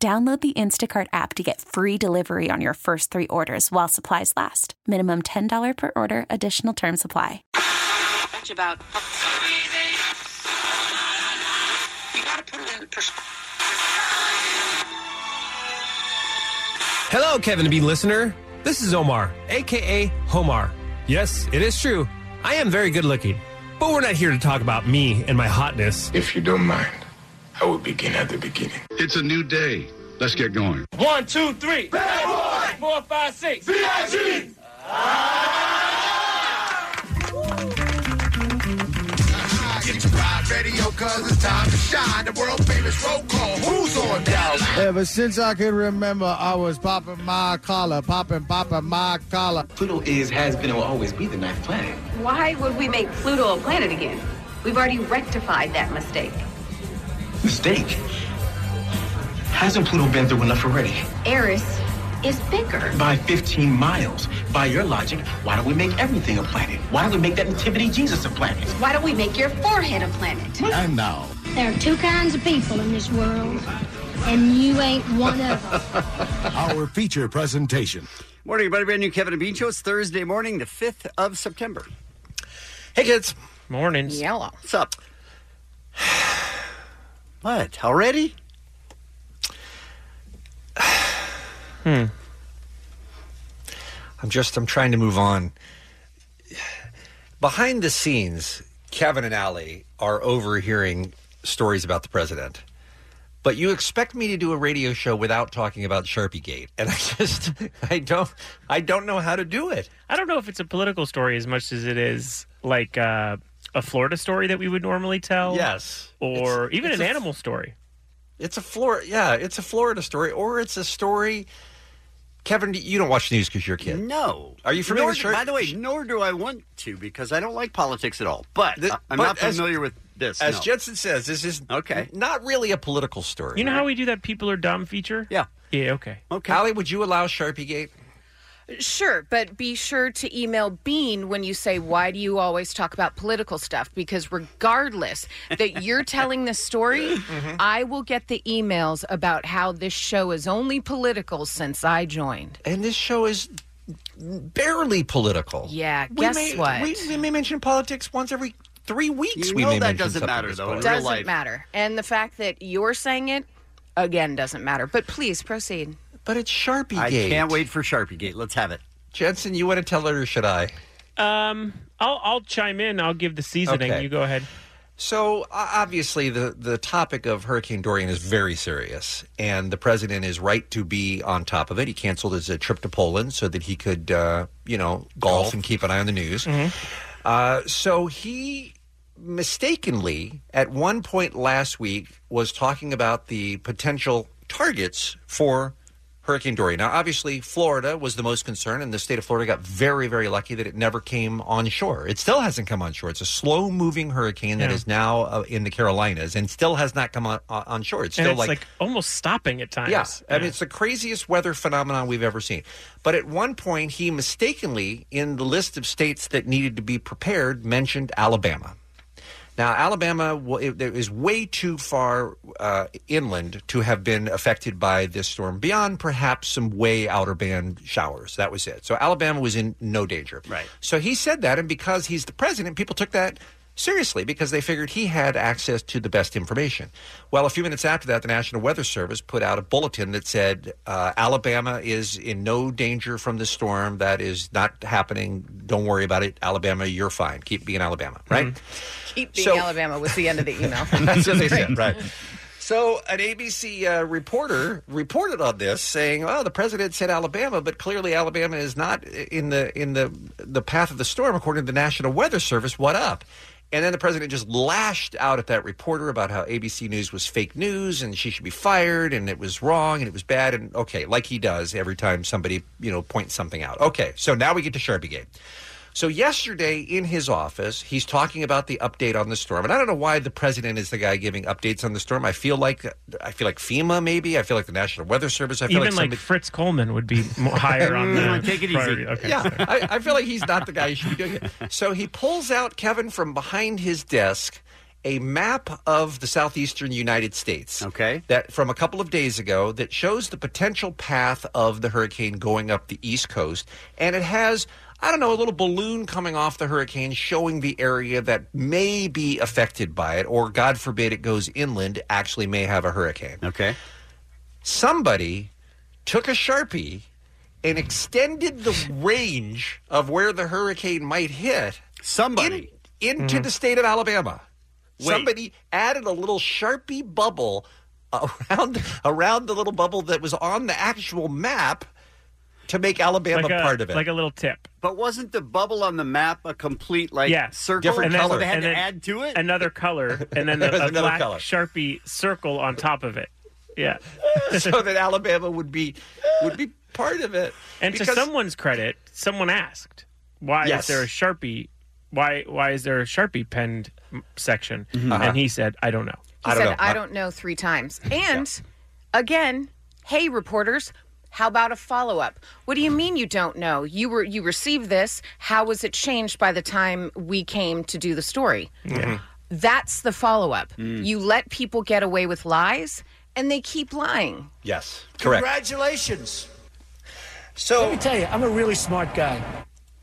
Download the Instacart app to get free delivery on your first three orders while supplies last. Minimum $10 per order, additional term supply. much about. You gotta put it in perspective. Hello, Kevin to be listener. This is Omar, aka Homar. Yes, it is true. I am very good looking. But we're not here to talk about me and my hotness. If you don't mind, I will begin at the beginning. It's a new day. Let's get going. One, two, three. Bad boy. Four, five, six. B.I.G. Get your ride radio, cause it's time to shine. The world famous roll call. Who's on down? Ever since I can remember, I was popping my collar, popping, popping my collar. Pluto is, has been, and will always be the ninth planet. Why would we make Pluto a planet again? We've already rectified that mistake. Mistake. Hasn't Pluto been through enough already? Eris is bigger. By 15 miles. By your logic, why don't we make everything a planet? Why don't we make that nativity Jesus a planet? Why don't we make your forehead a planet? And now, There are two kinds of people in this world, and you ain't one of them. our feature presentation. Morning, everybody. Brand new Kevin and Bean Show. It's Thursday morning, the 5th of September. Hey, kids. Mornings. Yellow. What's up? What? Already? I'm just I'm trying to move on. Behind the scenes, Kevin and Allie are overhearing stories about the president. But you expect me to do a radio show without talking about Sharpie Gate, and I just I don't I don't know how to do it. I don't know if it's a political story as much as it is like uh, a Florida story that we would normally tell. Yes. Or It's- even it's an a- animal story. It's a Florida, yeah, it's a Florida story, or it's a story. Kevin, you don't watch the news because you're a kid. No. Are you familiar Nor- with Sharpie? By the way, nor do I want to because I don't like politics at all. But Th- I- I'm but not as- familiar with this. As no. Jensen says, this is Okay. not really a political story. You know how we do that people are dumb feature? Yeah. Yeah, okay. Okay. Allie, would you allow Sharpie Gate? Sure, but be sure to email Bean when you say, Why do you always talk about political stuff? Because regardless that you're telling the story, I will get the emails about how this show is only political since I joined. And this show is barely political. Yeah, We guess may- what? We, we may mention politics once every three weeks. You we know may that mention doesn't something matter, that's though, political. in real doesn't life. matter. And the fact that you're saying it, again, doesn't matter. But please proceed. But it's Sharpie I Gate. can't wait for Sharpie Gate. Let's have it. Jensen, you want to tell her or should I? Um, I'll I'll chime in. I'll give the seasoning. Okay. You go ahead. So o- obviously, the the topic of Hurricane Dorian is very serious, and the president is right to be on top of it. He canceled his uh, trip to Poland so that he could, uh, you know, golf, and keep an eye on the news. Mm-hmm. Uh, so he mistakenly, at one point last week, was talking about the potential targets for Hurricane Dorian. Now, obviously, Florida was the most concerned, and the state of Florida got very, very lucky that it never came on shore. It still hasn't come on shore. It's a slow moving hurricane that Yeah. is now uh, in the Carolinas and still has not come on, uh, on- on shore. It's and still it's like, almost stopping at times. Yes. I mean, it's the craziest weather phenomenon we've ever seen. But at one point, he mistakenly, in the list of states that needed to be prepared, mentioned Alabama. Now, Alabama wa- it- it is way too far uh, inland to have been affected by this storm, beyond perhaps some way outer band showers. That was it. So Alabama was in no danger. Right. So he said that, and because he's the president, people took that seriously because they figured he had access to the best information. Well, a few minutes after that, the National Weather Service put out a bulletin that said uh, Alabama is in no danger from the storm. That is not happening. Don't worry about it. Alabama, you're fine. Keep being Alabama, right? Keep being So- Alabama was the end of the email. That's what they said, right? So an ABC uh, reporter reported on this, saying, "Oh, the president said Alabama, but clearly Alabama is not in the in the the path of the storm, according to the National Weather Service. What up?" And then the president just lashed out at that reporter about how ABC News was fake news and she should be fired and it was wrong and it was bad and okay, like he does every time somebody, you know, points something out. Okay, so now we get to Sharpiegate. So yesterday in his office, he's talking about the update on the storm. And I don't know why the president is the guy giving updates on the storm. I feel like I feel like FEMA maybe. I feel like the National Weather Service. I feel Even like, somebody- Fritz Coleman would be more higher Mm. on the priority. Okay. yeah, sorry. I, I feel like he's not the guy who should be doing it. So he pulls out Kevin from behind his desk a map of the southeastern United States. Okay. That from a couple of days ago that shows the potential path of the hurricane going up the east coast and it has I don't know, a little balloon coming off the hurricane showing the area that may be affected by it, or God forbid it goes inland, actually may have a hurricane. Okay. Somebody took a Sharpie and extended the range of where the hurricane might hit. Somebody in, into Mhm. the state of Alabama. Wait. Somebody added a little Sharpie bubble around around the little bubble that was on the actual map to make Alabama part of it. little tip. But wasn't the bubble on the map a complete like yeah, circle? And then- So they had and to then add to it. another color, and then There was a another black color. sharpie circle on top of it. Yeah, so that Alabama would be would be part of it. And to Because- someone's credit, someone asked, "Why Yes. is there a sharpie? Why why is there a sharpie penned m- section?" Uh-huh. And he said, "I don't know." He said, I don't know three times. And again, hey reporters, how about a follow up? What do you mean you don't know? You were you received this. How was it changed by the time we came to do the story? That's the follow up. Mm. You let people get away with lies and they keep lying. Yes, Congratulations. So let me tell you, I'm a really smart guy.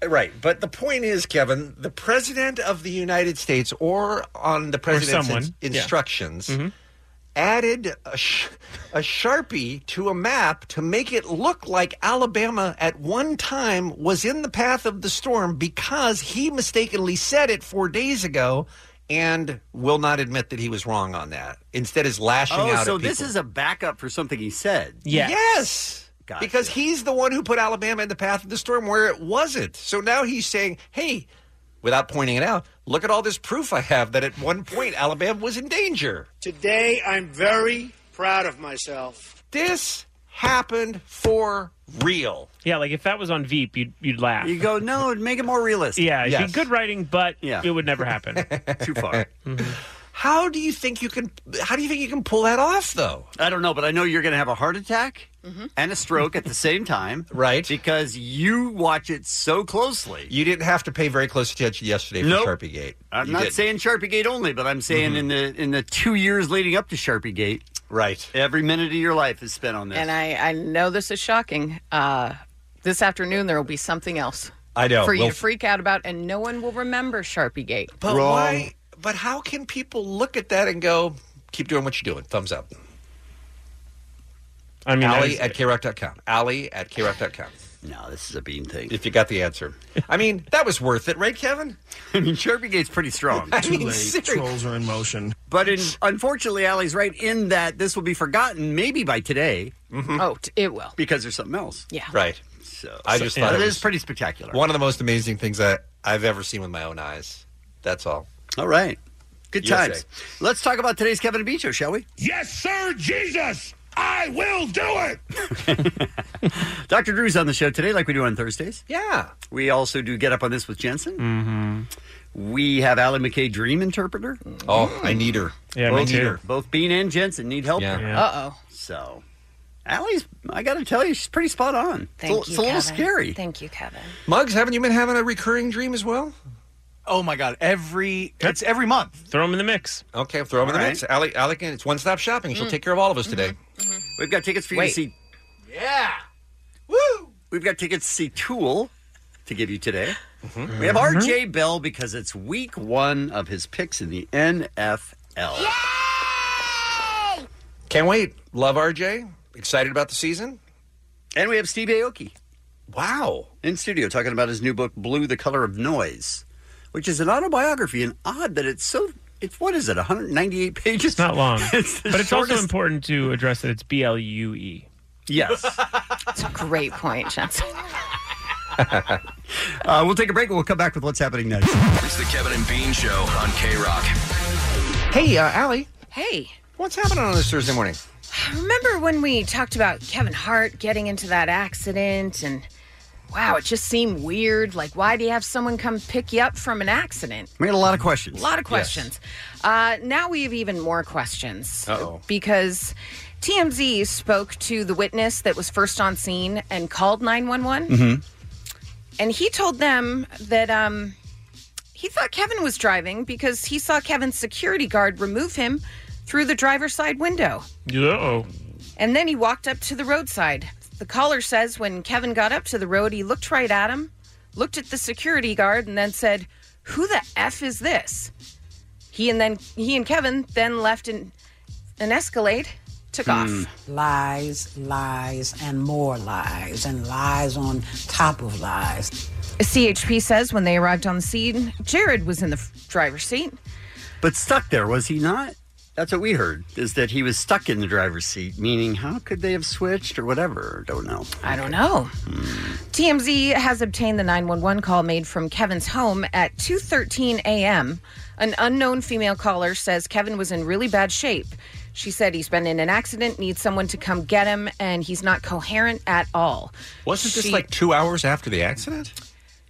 Right, but the point is, Kevin, the president of the United States, or on the president's someone, in- yeah. instructions, added a, sh- a sharpie to a map to make it look like Alabama at one time was in the path of the storm because he mistakenly said it four days ago. And will not admit that he was wrong on that. Instead, is lashing Oh, out. so at this people. is a backup for something he said. Yes. Because he's the one who put Alabama in the path of the storm where it wasn't. So now he's saying, hey, without pointing it out, look at all this proof I have that at one point Alabama was in danger. Today, I'm very proud of myself. This happened for real. Yeah, like if that was on Veep, you'd you'd laugh. You go, no, make it more realistic. Yeah, it'd Yes. be good writing, but Yeah. it would never happen. Too far. How do you think you can? How do you think you can pull that off, though? I don't know, but I know you're going to have a heart attack and a stroke at the same time, right? Because you watch it so closely. You didn't have to pay very close attention yesterday for Nope. Sharpie Gate. I'm You not didn't. Mm-hmm. saying Sharpie Gate only, but I'm saying in the in the two years leading up to Sharpie Gate, right? Every minute of your life is spent on this. And I, I know this is shocking. Uh, this afternoon there will be something else I know. for you Well, to freak out about and no one will remember Sharpie Gate. But why? But how can people look at that and go, "Keep doing what you're doing"? Thumbs up. I mean, I Allie was- at krock.com. Allie at krock.com. No, this is a bean thing. If you got the answer, I mean, that was worth it, right, Kevin? I mean, Sharpie Gate's pretty strong. I mean, seriously. are in motion. But in, unfortunately, Allie's right in that this will be forgotten maybe by today. Oh, t- it will. Because there's something else. Yeah. Mm-hmm. Right. So I just thought but it it was- is pretty spectacular. One of the most amazing things that I've ever seen with my own eyes. That's all. All right. Good USA. times. Let's talk about today's Kevin and Bean show, shall we? Yes, sir, Jesus. I will do it. Dr. Drew's on the show today, like we do on Thursdays. Yeah. We also do Get Up on This with Jensen. Mm-hmm. We have Allie McKay, dream interpreter. Oh, I need her. Yeah, me both, too. Both Bean and Jensen need help. Yeah. Uh oh. So, Allie's, I got to tell you, she's pretty spot on. Thank it's a, it's you. a little Kevin. scary. Thank you, Kevin. Muggs, haven't you been having a recurring dream as well? Oh my God! Every it's every month. Throw them in the mix. Okay, throw them in the All mix. Allie, Allie, can, it's one stop shopping. She'll take care of all of us today. Mm-hmm. We've got tickets for you Wait. to see. Yeah. Woo! We've got tickets to see Tool to give you today. Mm-hmm. We have Mm-hmm. RJ Bell because it's week one of his picks in the NFL. Can't wait. Love RJ. Excited about the season. And we have Steve Aoki. Wow. In studio talking about his new book, Blue, the Color of Noise, which is an autobiography and odd that it's so. It's what is it? 198 pages. It's not long, It's the but it's also shortest- important to address that it's B L U E. Yes. It's a great point, Jensen. Uh, we'll take a break and we'll come back with what's happening next. It's the Kevin and Bean Show on K Rock. Hey, uh, Allie. Hey. What's happening on this Thursday morning? Remember when we talked about Kevin Hart getting into that accident and wow, it just seemed weird. Like, why do you have someone come pick you up from an accident? We had a lot of A questions. lot of questions. Uh, now we have even more questions Uh-oh. because TMZ spoke to the witness that was first on scene and called 911. Mm-hmm. Mm-hmm. And he told them that um, he thought Kevin was driving because he saw Kevin's security guard remove him through the driver's side window. Oh. And then he walked up to the roadside. The caller says when Kevin got up to the road, he looked right at him, looked at the security guard, and then said, Who the F is this? He and then he and Kevin then left in an escalade, Hmm. took off. Lies, lies, and more lies, and lies on top of lies. CHP says when they arrived on the scene, Jared was in the f- driver's seat. But stuck there, was he not? That's what we heard, is that he was stuck in the driver's seat, meaning how could they have switched or whatever? Don't know. I don't know. TMZ has obtained the 911 call made from Kevin's home at 2:13 a.m. An unknown female caller says Kevin was in really bad shape. She said he's been in an accident, needs someone to come get him, and he's not coherent at all. Wasn't this She- like two hours after the accident?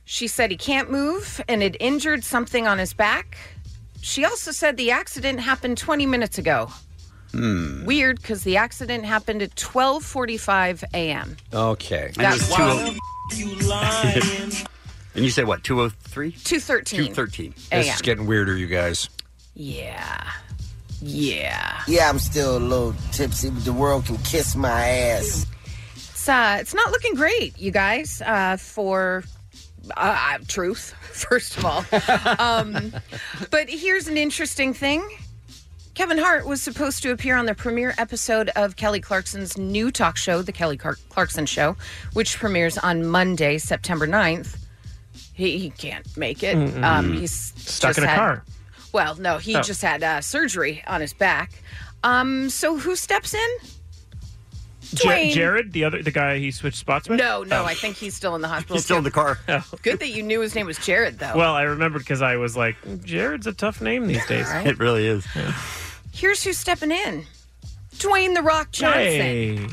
She said he can't move and it injured something on his back. She also said the accident happened 20 minutes ago. Hmm. Hmm. Weird because the accident happened at 12:45 a.m. Okay. And, it was That's- Why 20 and you say what, 203? 213. 213. This is AM. getting weirder, you guys. Yeah. Yeah. Yeah, I'm still a little tipsy, but the world can kiss my ass. It's, uh, it's not looking great, you guys, uh, for uh, uh, truth, first of all. um, but here's an interesting thing Kevin Hart was supposed to appear on the premiere episode of Kelly Clarkson's new talk show, The Kelly Clark- Clarkson Show, which premieres on Monday, September 9th. He, he can't make it. Mm-mm. Um, he's Mm-hmm. Stuck just in a had- car. Well, no, he Oh. just had uh, surgery on his back. Um, so who steps in? Ja- Dwayne. Jared, the other, the guy he switched spots with. No, no, Oh. I think he's still in the hospital. too. car. Good that you knew his name was Jared, though. Well, I remembered because I was like, Jared's a tough name these days. Right? It really is. here's who's stepping in Dwayne The Rock Johnson, Hey.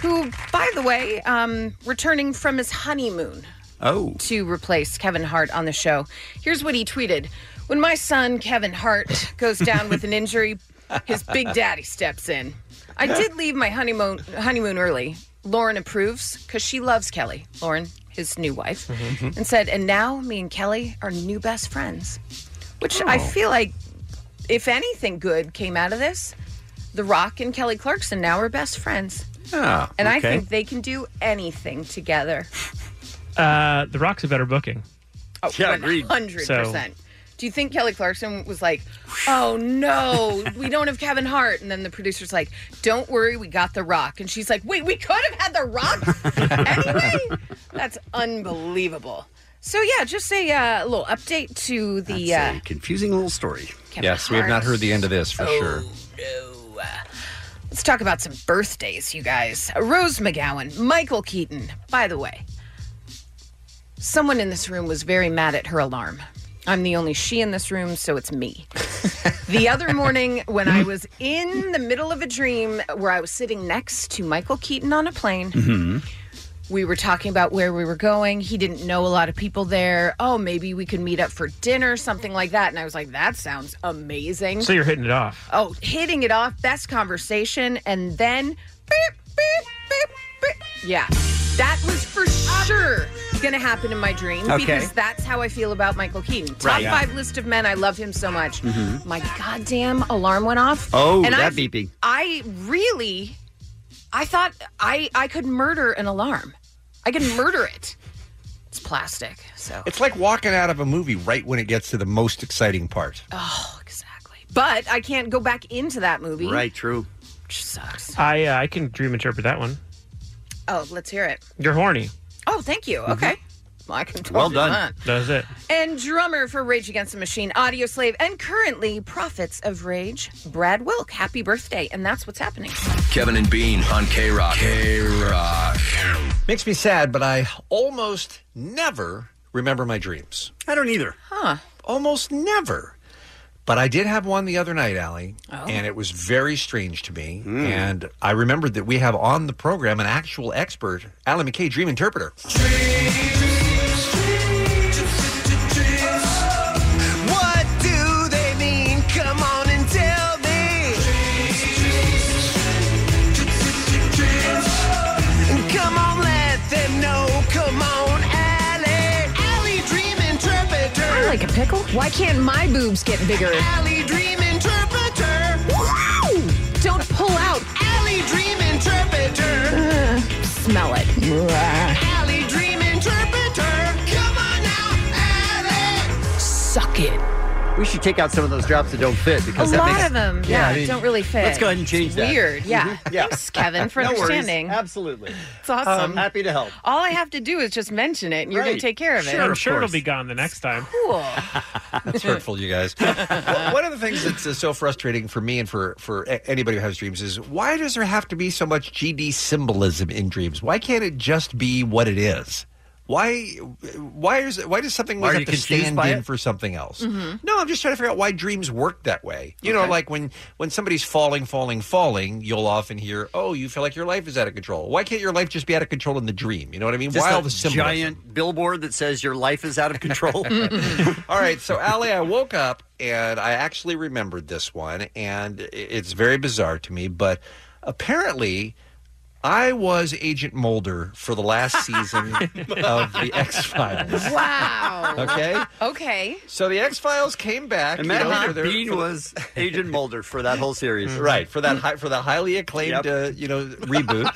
who, by the way, um, returning from his honeymoon Oh. to replace Kevin Hart on the show. Here's what he tweeted When my son, Kevin Hart, goes down with an injury, his big daddy steps in. I did leave my honeymoon, honeymoon early. Lauren approves because she loves Kelly. Lauren, his new wife. and said, and now me and Kelly are new best friends. Which I feel like, if anything good came out of this, The Rock and Kelly Clarkson now are best friends. Oh, and I okay. think they can do anything together. Uh, the Rock's a better booking. Oh, Yeah, agreed. 100%. Do you think Kelly Clarkson was like, oh no, we don't have Kevin Hart? And then the producer's like, don't worry, we got The Rock. And she's like, wait, we could have had The Rock That's unbelievable. So yeah, just a uh, little update to the. uh, Confusing little story. Kevin yes, we have not Hart. heard the end of this for Oh. sure. let's talk about some birthdays, you guys. Rose McGowan, Michael Keaton. By the way, someone in this room was very mad at her alarm. I'm the only she in this room, so it's me. the other morning, when I was in the middle of a dream where I was sitting next to Michael Keaton on a plane, Mm-hmm. we were talking about where we were going. He didn't know a lot of people there. Oh, maybe we could meet up for dinner, something like that. And I was like, that sounds amazing. So you're hitting it off. Oh, hitting it off, best conversation, and then beep, beep, beep, beep. Yeah. That was for sure gonna happen in my dream Okay. because that's how I feel about Michael Keaton. Top Right, yeah. five list of men. I love him so much. Mhm. My goddamn alarm went off. Oh, and that I, beeping. I really, I thought I I could murder an alarm. I could murder it. It's plastic, so. It's like walking out of a movie right when it gets to the most exciting part. Oh, exactly. But I can't go back into that movie. true. Which sucks. I uh, I can dream interpret that one. Oh, let's hear it. You're horny. Oh, thank Mm-hmm. you. Okay. Well, I can totally not. Does it? And drummer for Rage Against the Machine, Audio Slave, and currently Prophets of Rage, Brad Wilk. Happy birthday. And that's what's happening. Kevin and Bean on K Rock. K Rock. Makes me sad, but I almost never remember my dreams. I don't either. Huh. Almost never. But I did have one the other night, Allie, Oh. and it was very strange to me. Hmm. And I remembered that we have on the program an actual expert, Alan McKay, dream interpreter. What do they mean? Come on and tell me. Come on, let them know. Come on, Allie. Allie Dream Interpreter. I like a pickle. Why can't my boobs get bigger? Allie Dream Interpreter. Wow! Don't pull out. Allie Dream Interpreter. Ugh, smell it. Allie Dream Interpreter. Come on now, Allie. Suck it. We should take out some of those drops that don't fit A because that lot makes, of them, yeah, I mean, don't really fit. Let's go ahead and change It's that. Weird, yeah. Mhm. Yeah. Thanks, Kevin, for No worries. understanding. Absolutely, it's awesome. I'm happy to help. All I have to do is just mention it, and you're going Right. to take care of it. Sure, I'm sure it'll be gone the next time. Cool. That's hurtful, you guys. One of the things that's uh, so frustrating for me and for for a- anybody who has dreams is why does there have to be so much GD symbolism in dreams? Why can't it just be what it is? Why why is why does something Why always have are you to confused stand by in it? for something else? Mhm. No, I'm just trying to figure out why dreams work that way. You know, Okay. like when when somebody's falling, falling, falling, you'll often hear, "Oh, you feel like your life is out of control." Why can't your life just be out of control in the dream? You know what I mean? Just why a all the symbolism? giant billboard that says your life is out of control. All right, so Allie, I woke up and I actually remembered this one, and i- it's very bizarre to me, but apparently. I was Agent Mulder for the last season of The X Files. Wow. Okay? Okay. So The X Files came back. you Imagine know, if for their- Bean for the- was Agent Mulder for that whole series, right for that hi- for the highly acclaimed uh, you know reboot.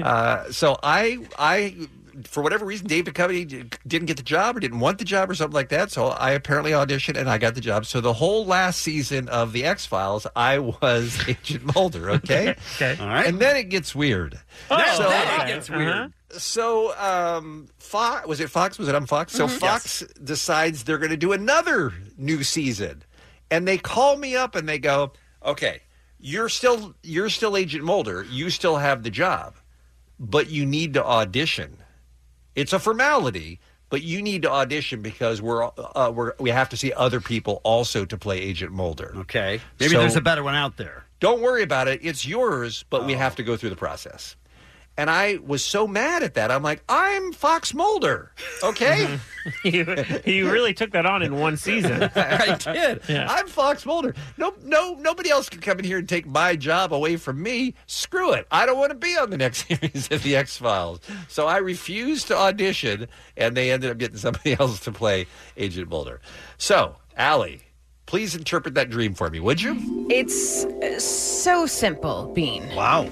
uh, so I I for whatever reason Dave Duchovny d- didn't get the job or didn't want the job or something like that. So I apparently auditioned and I got the job. So the whole last season of the X Files, I was Agent Mulder. Okay, okay, all right. And then it gets weird. Now So- uh, that Oh, gets weird. Uh-huh. So, um, Fox was it Fox? Was it on Fox? So Mhm. Fox decides they're going to do another new season, and they call me up and they go, "Okay, you're still you're still Agent Mulder. You still have the job, but you need to audition. It's a formality." But you need to audition because we're uh, we're we have to see other people also to play Agent Mulder. Okay, Maybe there's a better one out there. Don't worry about it. It's yours, but Oh. we have to go through the process. And I was so mad at that. I'm like, I'm Fox Mulder. Okay. you, you really took that on in one season. I did. I'm Fox Mulder. No, no, nobody else can come in here and take my job away from me. Screw it. I don't want to be on the next series of the X Files. So I refused to audition, and they ended up getting somebody else to play Agent Mulder. So, Allie, please interpret that dream for me, would you? It's uh, so simple, Bean. Wow.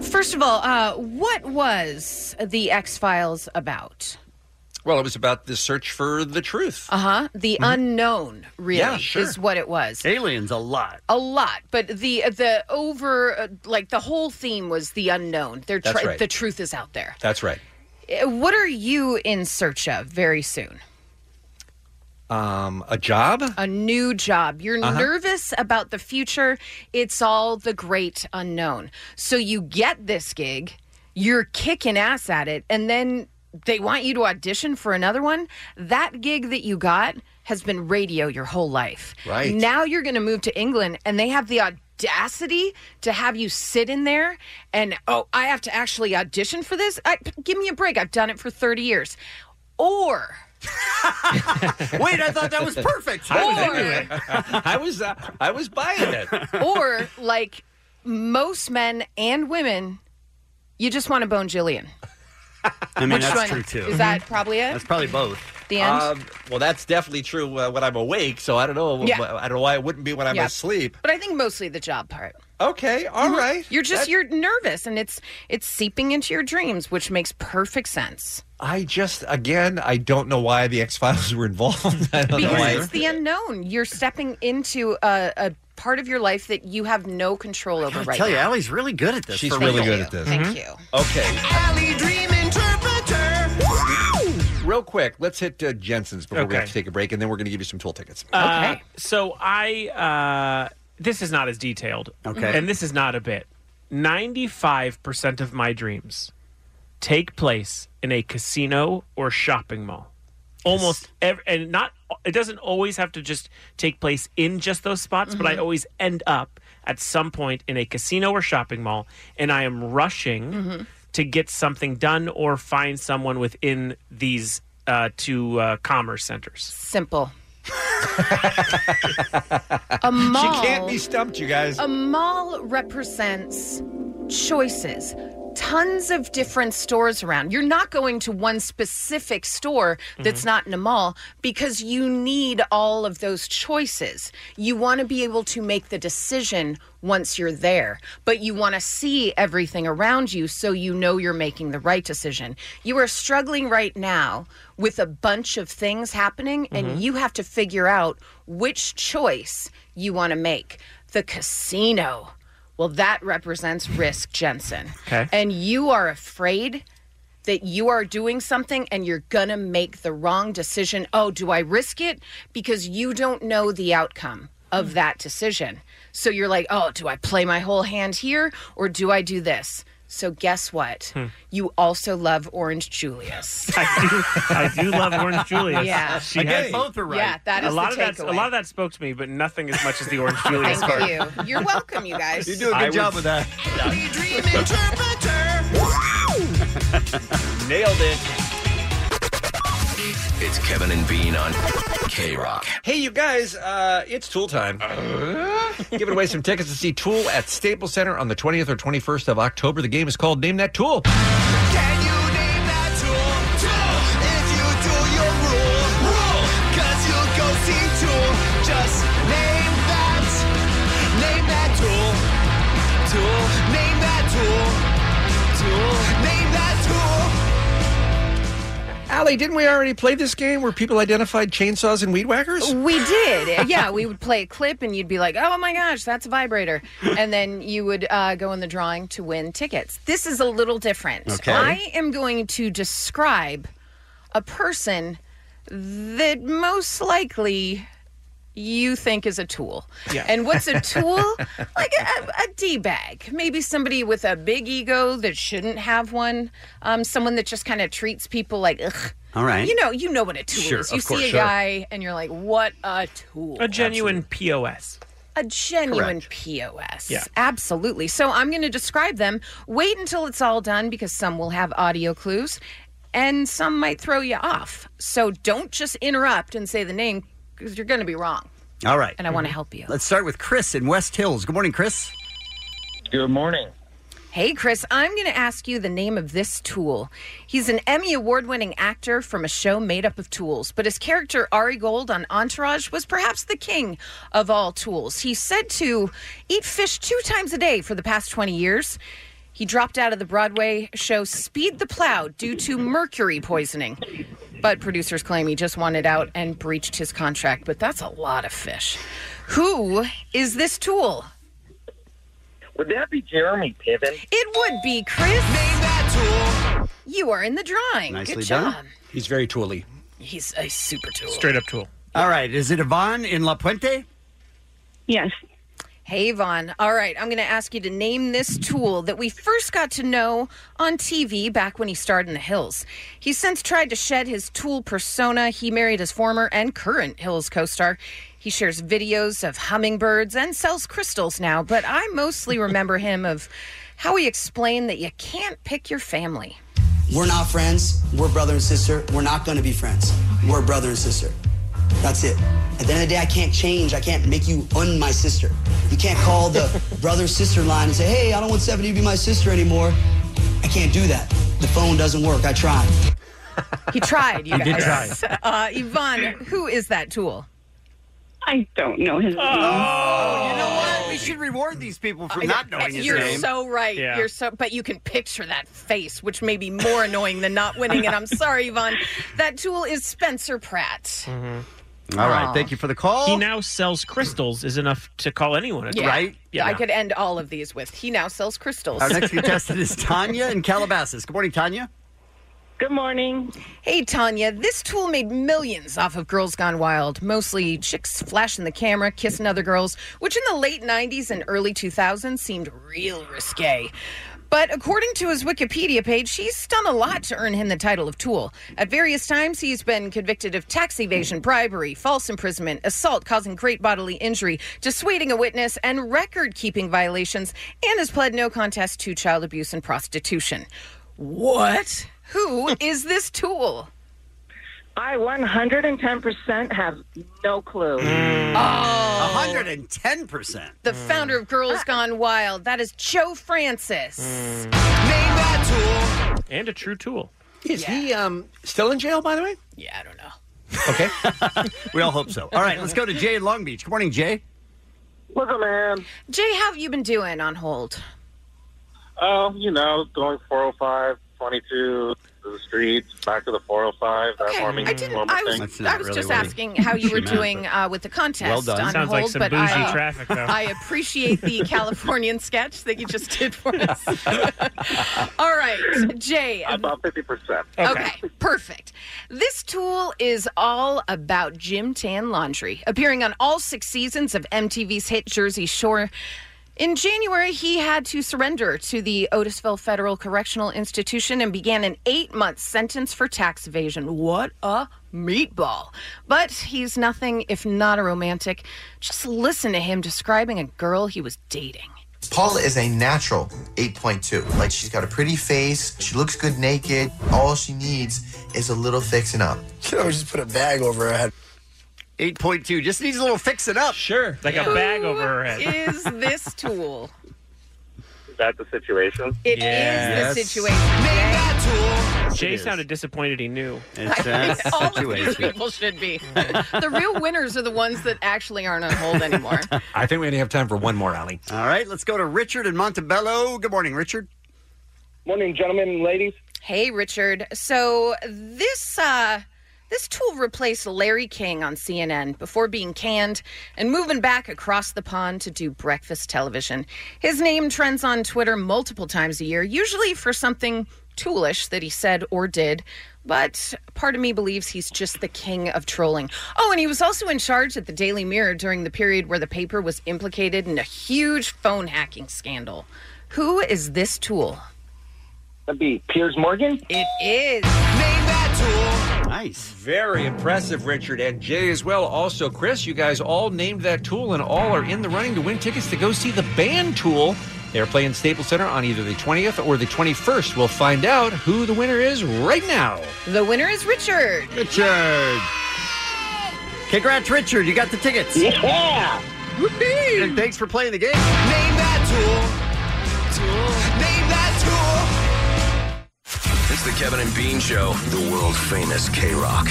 First of all, uh, what was the X Files about? Well, it was about the search for the truth. Uh huh. The unknown, really, Yeah, sure. is what it was. Aliens a lot. A lot, but the the over uh, like the whole theme was the unknown. They're That's right. The truth is out there. That's right. Uh, What are you in search of very soon? Um, a job? A new job. You're Uh-huh. nervous about the future. It's all the great unknown. So you get this gig, you're kicking ass at it, and then they want you to audition for another one. That gig that you got has been radio your whole life. Right. Now you're going to move to England, and they have the audacity to have you sit in there and, oh, I have to actually audition for this? I, give me a break. I've done it for 30 years. Or. Wait, I thought that was perfect. I was into it. I was, uh, I was buying it. or like most men and women, you just want to bone Jillian. I mean, Which that's one true too. Is that probably it? That's probably both. The end? Um, well, that's definitely true uh, when I'm awake. So I don't know. Yeah. I don't know why it wouldn't be when I'm Yeah. asleep. But I think mostly the job part. Okay, all Mhm. right. You're just That- you're nervous, and it's it's seeping into your dreams, which makes perfect sense I just again, I don't know why the X Files were involved. I don't know because why. it's the unknown. You're stepping into a, a part of your life that you have no control over I right tell you, now. Allie's Oh, really good at this. She's for Mm-hmm. really me. good at this. Thank you. Okay, Allie Dream Interpreter. real quick, let's hit uh, Jensen's before we Okay. have to take a break, and then we're going to give you some tool tickets. Uh, So I uh, this is not as detailed. Okay. And this is not a bit. Ninety-five percent of my dreams take place in a casino or shopping mall. Almost every, and not it doesn't always have to just take place in just those spots, but I Mhm. always end up at some point in a casino or shopping mall, and I am rushing Mhm. to get something done or find someone within these uh, two uh, commerce centers. Simple. a mall. can't be stumped, you guys. A mall represents choices. Tons of different stores around. You're not going to one specific store that's Mm-hmm. not in a mall because you need all of those choices. You want to be able to make the decision once you're there, but you want to see everything around you so you know you're making the right decision. You are struggling right now with a bunch of things happening, Mhm. Mm-hmm. and you have to figure out which choice you want to make. The casino. Well, that represents risk, Jensen. Okay. And you are afraid that you are doing something and you're going to make the wrong decision. Oh, do I risk it? Because you don't know the outcome Hmm. of that decision. So you're like, oh, do I play my whole hand here or do I do this? So guess what? Hmm. You also love Orange Julius. I do love Orange Julius. Yeah. she Again, has, both are right. Yeah, that is a lot the of that. A takeaway. lot of that spoke to me, but nothing as much as the Orange Julius part. Thank you. You're welcome, you guys. You do a good I would- job with that. Nailed it. It's Kevin and Bean on K Rock. Hey, you guys, uh, it's Tool time. Uh? Giving away some tickets to see Tool at Staples Center on the 20th or 21st of October. The game is called Name That Tool. Can you name that tool? Tool. If you do your rule, rule. Cause you'll go see tool. Just name that. Name that tool. Tool. Name that tool. Tool. Name that tool. Allie, didn't we already play this game where people identified chainsaws and weed whackers? We did. Yeah, we would play a clip and you'd be like, oh my gosh, that's a vibrator. And then you would uh, go in the drawing to win tickets. This is a little different. Okay. I am going to describe a person that most likely you think is a tool. Yeah. And what's a tool? like a, a D bag. Maybe somebody with a big ego that shouldn't have one. Um, someone that just kind of treats people like, ugh. All right. You know, you know what a tool Sure, is. You of course, see a sure. guy and you're like, what a tool. A genuine POS. A genuine POS. Yeah. Absolutely. So I'm going to describe them. Wait until it's all done because some will have audio clues and some might throw you off. So don't just interrupt and say the name because you're going to be wrong. All right. And I wanna help you. Let's start with Chris in West Hills. Good morning, Chris. Good morning. Hey, Chris, I'm going to ask you the name of this tool. He's an Emmy award winning actor from a show made up of tools, but his character Ari Gold on Entourage was perhaps the king of all tools. He's said to eat fish two times a day for the past 20 years. He dropped out of the Broadway show Speed the Plow due to mercury poisoning. But producers claim he just wanted out and breached his contract, but that's a lot of fish. Who is this tool? Would that be Jeremy Piven? It would be, Chris. Name that tool. You are in the drawing. Good job. He's very tooly. He's a super tool. Straight up tool. All right. Is it Yvonne in La Puente? Yes. Hey, Vaughn. All right, I'm going to ask you to name this tool that we first got to know on TV back when he starred in The Hills. He's since tried to shed his tool persona. He married his former and current Hills co star. He shares videos of hummingbirds and sells crystals now, but I mostly remember him of how he explained that you can't pick your family. We're not friends. We're brother and sister. We're not going to be friends. We're brother and sister. That's it. At the end of the day, I can't change. I can't make you un my sister. You can't call the brother sister line and say, hey, I don't want Stephanie to be my sister anymore. I can't do that. The phone doesn't work. I tried. He tried, you He did guys. Uh, Yvonne, who is that tool? I don't know his Oh, you know what? We should reward these people for not knowing his You're name. so right. Yeah. You're so, but you can picture that face, which may be more annoying than not winning. And I'm sorry, Yvonne. That tool is Spencer Pratt. All Aw. right. Thank you for the call. He now sells crystals is enough to call anyone. a tool. Yeah. I could end all of these with he now sells crystals. Our next contestant is Tanya in Calabasas. Good morning, Tanya. Good morning. Hey, Tanya. This tool made millions off of Girls Gone Wild, mostly chicks flashing the camera, kissing other girls, which in the late 90s and early 2000s seemed real risque. But according to his Wikipedia page, she's done a lot to earn him the title of tool. At various times, he's been convicted of tax evasion, bribery, false imprisonment, assault causing great bodily injury, dissuading a witness, and record keeping violations, and has pled no contest to child abuse and prostitution. What? Who is this tool? I 110% have no clue. Mm. Oh. 110%. The founder of Girls Gone Wild. That is Joe Francis. And a true tool. Is he um, still in jail, by the way? Yeah, I don't know. We all hope so. All right, let's go to Jay in Long Beach. Good morning, Jay. What's up, man? Jay, how have you been doing on hold? Oh, you know, going 405, 22 to the streets, back to the 405, that warming I didn't. warmer I was, thing. I was just asking how you were doing uh, with the contest Well done. on Sounds hold, like some but bougie I, traffic, though. I appreciate the Californian sketch that you just did for us. All right, Jay. About 50%. Okay, perfect. This tool is all about Jim Tan Laundry, appearing on all six seasons of MTV's hit Jersey Shore. In January, he had to surrender to the Otisville Federal Correctional Institution and began an eight month sentence for tax evasion. What a meatball. But he's nothing if not a romantic. Just listen to him describing a girl he was dating. Paula is a natural 8.2. Like she's got a pretty face. She looks good naked. All she needs is a little fixing up. You know, just put a bag over her head. 8.2 just needs a little fixing up. Sure. Like a bag over her head. Is this tool? Is that the situation? It is the situation. Jay sounded disappointed he knew. It's I think all of these people should be. the real winners are the ones that actually aren't on hold anymore. I think we only have time for one more, Allie. All right, let's go to Richard in Montebello. Good morning, Richard. Morning, gentlemen and ladies. Hey, Richard. So this uh, this tool replaced Larry King on CNN before being canned and moving back across the pond to do breakfast television. His name trends on Twitter multiple times a year, usually for something toolish that he said or did. But part of me believes he's just the king of trolling. Oh, and he was also in charge at the Daily Mirror during the period where the paper was implicated in a huge phone hacking scandal. Who is this tool? That'd be Piers Morgan. It is. Nice. Very impressive, Richard and Jay as well. Also, Chris, you guys all named that tool and all are in the running to win tickets to go see the band tool. They're playing Staples Center on either the 20th or the 21st. We'll find out who the winner is right now. The winner is Richard. Richard. Congrats, Richard. You got the tickets. Yeah. And thanks for playing the game. Name that tool. Tool. Name that tool. It's the Kevin and Bean Show, the world famous K Rock.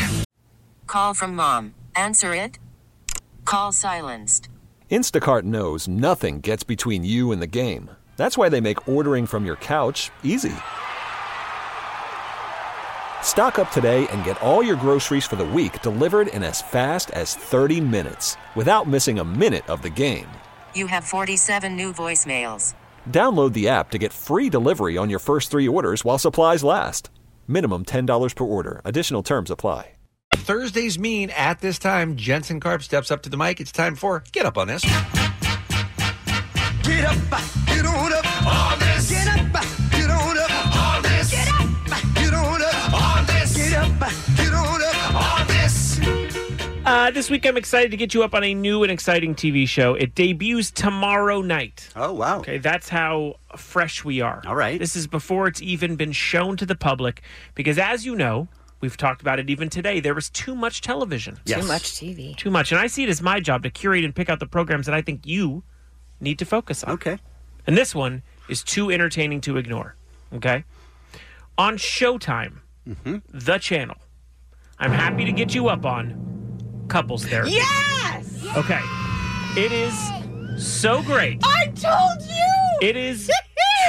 Call from mom. Answer it. Call silenced. Instacart knows nothing gets between you and the game. That's why they make ordering from your couch easy. Stock up today and get all your groceries for the week delivered in as fast as 30 minutes without missing a minute of the game. You have 47 new voicemails. Download the app to get free delivery on your first three orders while supplies last. Minimum $10 per order. Additional terms apply. Thursdays mean at this time, Jensen Karp steps up to the mic. It's time for Get Up on This. Get up, get on up on this. Get up, get on up on this. Get up, get on up on this. Get up, get on up on this. Uh, this week, I'm excited to get you up on a new and exciting TV show. It debuts tomorrow night. Oh, wow. Okay, that's how fresh we are. All right. This is before it's even been shown to the public because, as you know, we've talked about it even today, there was too much television. Too much TV. Too much. And I see it as my job to curate and pick out the programs that I think you need to focus on. Okay. And this one is too entertaining to ignore. Okay. On Showtime, the channel, I'm happy to get you up on couples therapy. Yes! Okay. It is so great. I told you! It is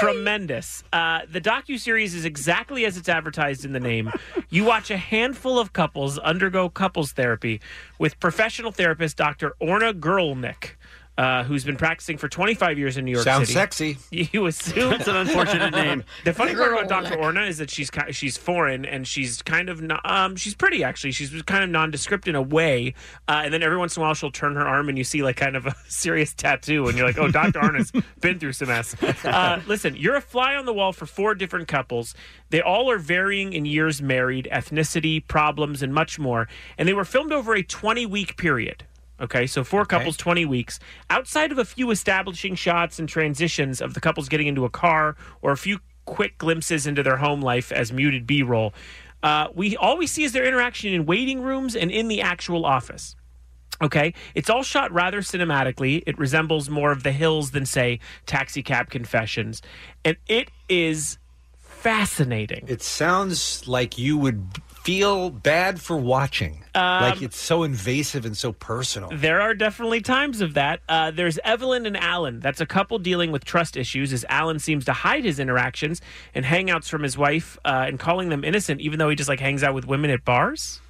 tremendous. Uh, the docuseries is exactly as it's advertised in the name. You watch a handful of couples undergo couples therapy with professional therapist Dr. Orna Gurlnick. uh, who's been practicing for 25 years in New York Sounds City. sexy. You assume That's an unfortunate name. The funny part about Dr. Orna is that she's ki- she's foreign and she's kind of no- um she's pretty actually. She's kind of nondescript in a way, uh, and then every once in a while she'll turn her arm and you see like kind of a serious tattoo, and you're like, oh, Dr. Orna's been through some mess. Uh, listen, you're a fly on the wall for four different couples. They all are varying in years married, ethnicity, problems, and much more. And they were filmed over a 20 week period. Okay, so four couples, 20 weeks. Outside of a few establishing shots and transitions of the couples getting into a car or a few quick glimpses into their home life as muted B roll, uh, we all we see is their interaction in waiting rooms and in the actual office. Okay, it's all shot rather cinematically. It resembles more of the hills than, say, Taxi Cab Confessions. And it is fascinating. It sounds like you would feel bad for watching. like Um, it's so invasive and so personal. There are definitely times of that. Uh, there's Evelyn and Alan. That's a couple dealing with trust issues, as Alan seems to hide his interactions and hangouts from his wife uh, and calling them innocent, even though he just like hangs out with women at bars.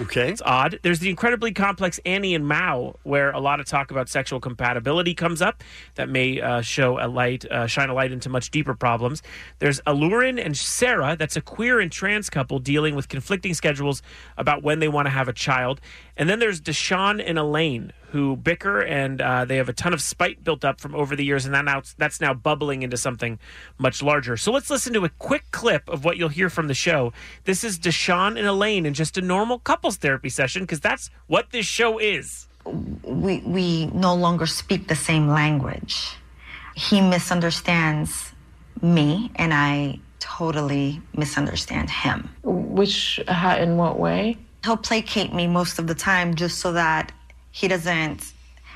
Okay. It's odd. There's the incredibly complex Annie and Mao, where a lot of talk about sexual compatibility comes up that may uh, show a light, uh, shine a light into much deeper problems. There's Alurin and Sarah, that's a queer and trans couple dealing with conflicting schedules about when they want to have a child. And then there's Deshaun and Elaine, who bicker and uh, they have a ton of spite built up from over the years, and that now, that's now bubbling into something much larger. So let's listen to a quick clip of what you'll hear from the show. This is Deshaun and Elaine in just a normal couples therapy session because that's what this show is. we, we no longer speak the same language. He misunderstands me, and I totally misunderstand him. Which, how, in what way? He'll placate me most of the time just so that he doesn't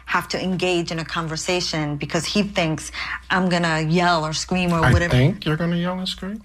have to engage in a conversation because he thinks I'm gonna yell or scream or I whatever. think you're going to yell and scream.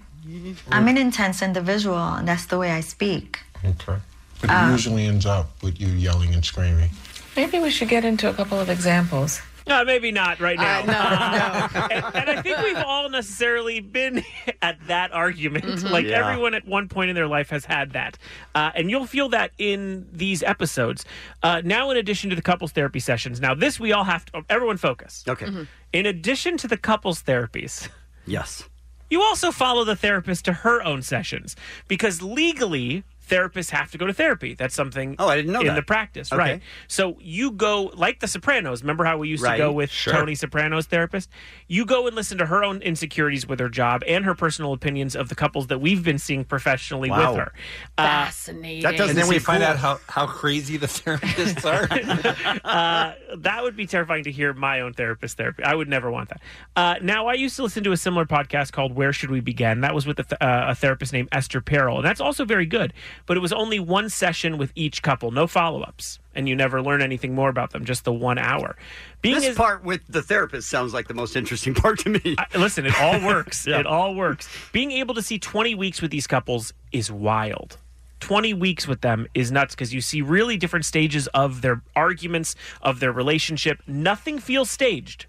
I'm an intense individual, and that's the way I speak. Okay. But Uh, it usually ends up with you yelling and screaming. Maybe we should get into a couple of examples. No, maybe not right now. Uh, and, and I think we've all necessarily been at that argument. Mhm. Like Yeah. everyone at one point in their life has had that. Uh, and you'll feel that in these episodes. Uh, now, in addition to the couples therapy sessions, now this we all have to, oh, everyone focus. Okay. In addition to the couples therapies, Yes. you also follow the therapist to her own sessions because legally therapists have to go to therapy. That's something Oh, I didn't know in that. the practice, Okay. right? So you go like the Sopranos. Remember how we used Right. to go with Sure. Tony Soprano's therapist? You go and listen to her own insecurities with her job and her personal opinions of the couples that we've been seeing professionally Wow. with her. Uh, Fascinating. and then we find out how, how crazy the therapists are. uh, that would be terrifying to hear my own therapist therapy. I would never want that. Uh, now, I used to listen to a similar podcast called Where Should We Begin? That was with a, th- uh, a therapist named Esther Perel. And that's also very good, but it was only one session with each couple, no follow ups. And you never learn anything more about them, just the one hour. Being this as- part with the therapist sounds like the most interesting part to me. listen, it all works. It all works. Being able to see 20 weeks with these couples is wild. 20 weeks with them is nuts because you see really different stages of their arguments, of their relationship. Nothing feels staged.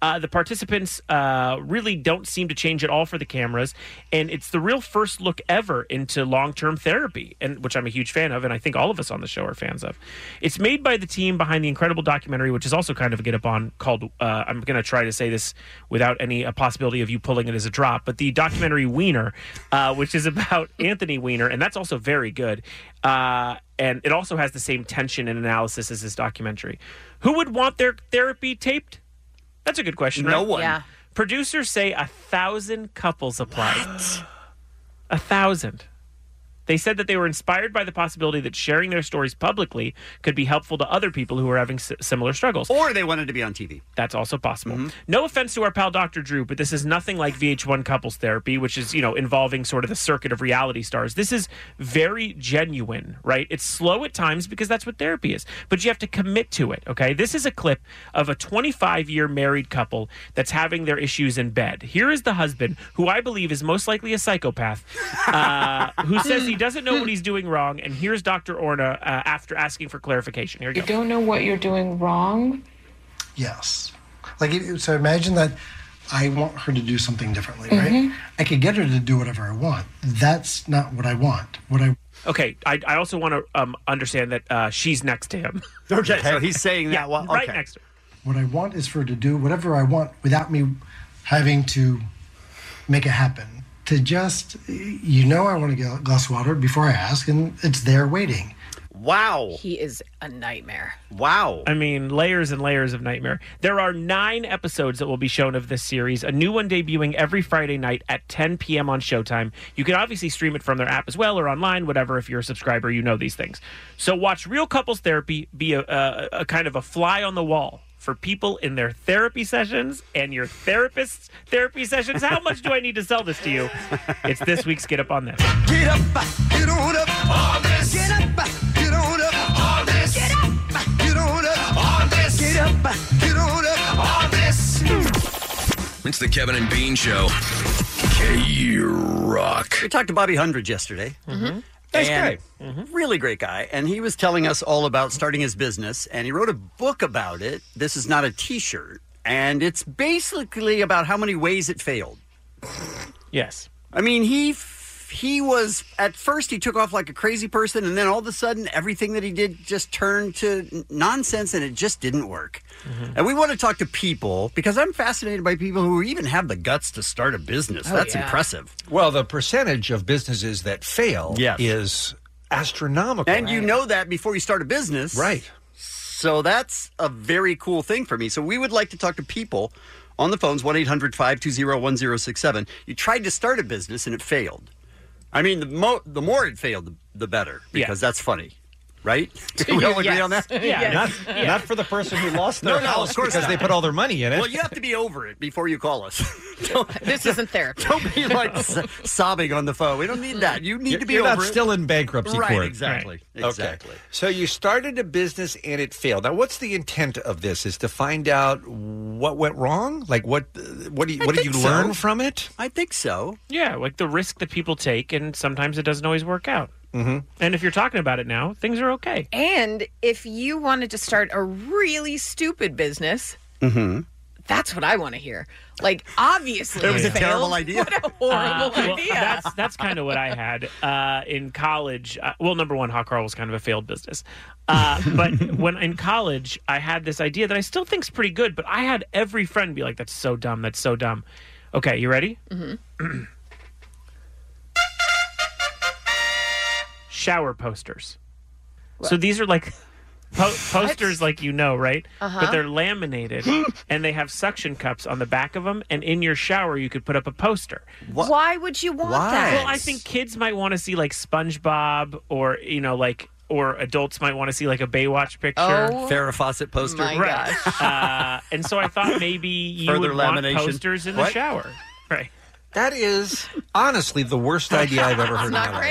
Uh, the participants uh, really don't seem to change at all for the cameras, and it's the real first look ever into long-term therapy, and which I'm a huge fan of, and I think all of us on the show are fans of. It's made by the team behind the incredible documentary, which is also kind of a get up on called. Uh, I'm going to try to say this without any a possibility of you pulling it as a drop, but the documentary Wiener, uh, which is about Anthony Wiener, and that's also very good. Uh, and it also has the same tension and analysis as this documentary. Who would want their therapy taped? That's a good question. No right? one. Yeah. Producers say a thousand couples applied. A thousand. They said that they were inspired by the possibility that sharing their stories publicly could be helpful to other people who are having s- similar struggles. Or they wanted to be on TV. That's also possible. No offense to our pal Dr. Drew, but this is nothing like VH1 couples therapy, which is, you know, involving sort of the circuit of reality stars. This is very genuine, right? It's slow at times because that's what therapy is, but you have to commit to it, okay? This is a clip of a 25 year married couple that's having their issues in bed. Here is the husband, who I believe is most likely a psychopath, uh, who says he doesn't know what he's doing wrong. And here's Dr. Orna uh, after asking for clarification. Here we You go. don't know what you're doing wrong. Yes. Like, if- so imagine that I want her to do something differently, right? Mm-hmm. I could get her to do whatever I want. That's not what I want. What I Okay, I, I also want to um, understand that uh, she's next to him. Okay, so he's saying that yeah, while- right okay. next to her. What I want is for her to do whatever I want without me having to make it happen. To just, you know, I want to get a glass of water before I ask, and it's there waiting. Wow. He is a nightmare. Wow. I mean, layers and layers of nightmare. There are nine episodes that will be shown of this series, a new one debuting every Friday night at 10 p.m. on Showtime. You can obviously stream it from their app as well or online, whatever. If you're a subscriber, you know these things. So watch Real Couples Therapy be a, a, a kind of a fly on the wall for people in their therapy sessions and your therapist's therapy sessions. How much do I need to sell this to you? It's this week's Get Up on This. Get up, get on up, on this. Get up, get on up, on this. Get up, get on up, on this. Get up, get on up, on this. It's the Kevin and Bean Show. K Rock. We talked to Bobby Hundred yesterday. Mm-hmm. Nice guy. Really great guy. And he was telling us all about starting his business, and he wrote a book about it. This is not a t shirt. And it's basically about how many ways it failed. Yes. I mean, he. f- He was at first he took off like a crazy person, and then all of a sudden everything that he did just turned to n- nonsense, and it just didn't work. And we want to talk to people because I'm fascinated by people who even have the guts to start a business. Oh, That's yeah. impressive. Well, the percentage of businesses that fail Yes. is astronomical. And you know that before you start a business. Right. So that's a very cool thing for me. So we would like to talk to people on the phones 1 800 520 1067. You tried to start a business and it failed. I mean, the, mo- the more it failed, the, the better because that's funny. Right? Can we all agree on that? Not, not for the person who lost their No, no, house of course because they not. put all their money in it. Well, you have to be over it before you call us. this isn't therapy. Don't be like so- sobbing on the phone. We don't need that. You need You're- to be you're over not it. still in bankruptcy Right, court. Exactly. Right. Exactly. Okay. So you started a business and it failed. Now, what's the intent of this? Is to find out what went wrong? Like what? What do you? I what did you think so. learn from it? I think so. Yeah, like the risk that people take, and sometimes it doesn't always work out. Mm-hmm. And if you're talking about it now, things are okay. And if you wanted to start a really stupid business, Mm-hmm. that's what I want to hear. Like, obviously, It was a failed. terrible idea. What a horrible Uh, well, idea. that's that's kind of what I had uh, in college. Uh, well, number one, hot car was kind of a failed business. Uh, but when in college, I had this idea that I still think's pretty good. But I had every friend be like, "That's so dumb. That's so dumb." Okay, you ready? hmm Shower posters. So these are like po- posters, like you know, right? Uh-huh. But they're laminated and they have suction cups on the back of them. And in your shower, you could put up a poster. Why would you want that? Well, I think kids might want to see like SpongeBob or, you know, like, or adults might want to see like a Baywatch picture. Oh, Farrah Fawcett poster. my right. uh, and so I thought maybe you Further would lamination. want posters in the What? shower. Right. That is honestly the worst idea I've ever heard. It's in not my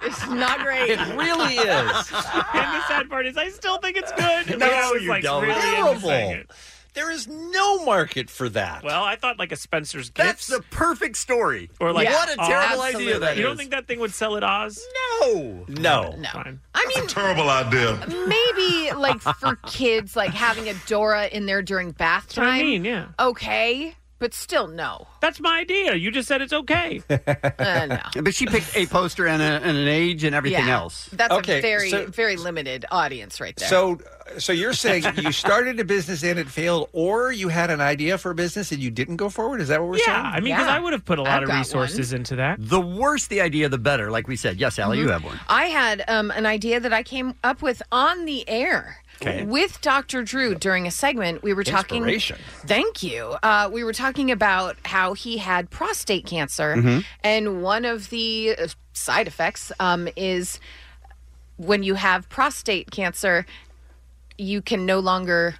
great. It's not great. It really is. and the sad part is, I still think it's good. No, Like, I was, you like, don't. really into Terrible. saying it. There is no market for that. Well, I thought like a Spencer's gift. That's the perfect story. Or like what a Oz. terrible idea that is. You don't think that thing would sell at Oz? No. No. No. Fine. I mean, Terrible Uh, idea. maybe like for kids, like having a Dora in there during bath what time. I mean, yeah. Okay, but still, no. That's my idea. You just said it's okay. But she picked a poster and, a, and an age and everything Yeah. else. That's Okay, a very, so- very limited audience right there. So, so you're saying you started a business and it failed, or you had an idea for a business and you didn't go forward? Is that what we're yeah, saying? I mean, because I would have put a lot of resources into that. The worse the idea, the better. Like we said, yes, Allie, you Mhm. have one. I had um, an idea that I came up with on the air. Okay. With Dr. Drew during a segment, we were talking. Inspiration. Thank you. Uh, we were talking about how he had prostate cancer, Mm-hmm. Mhm. and one of the uh, side effects um, is when you have prostate cancer, you can no longer.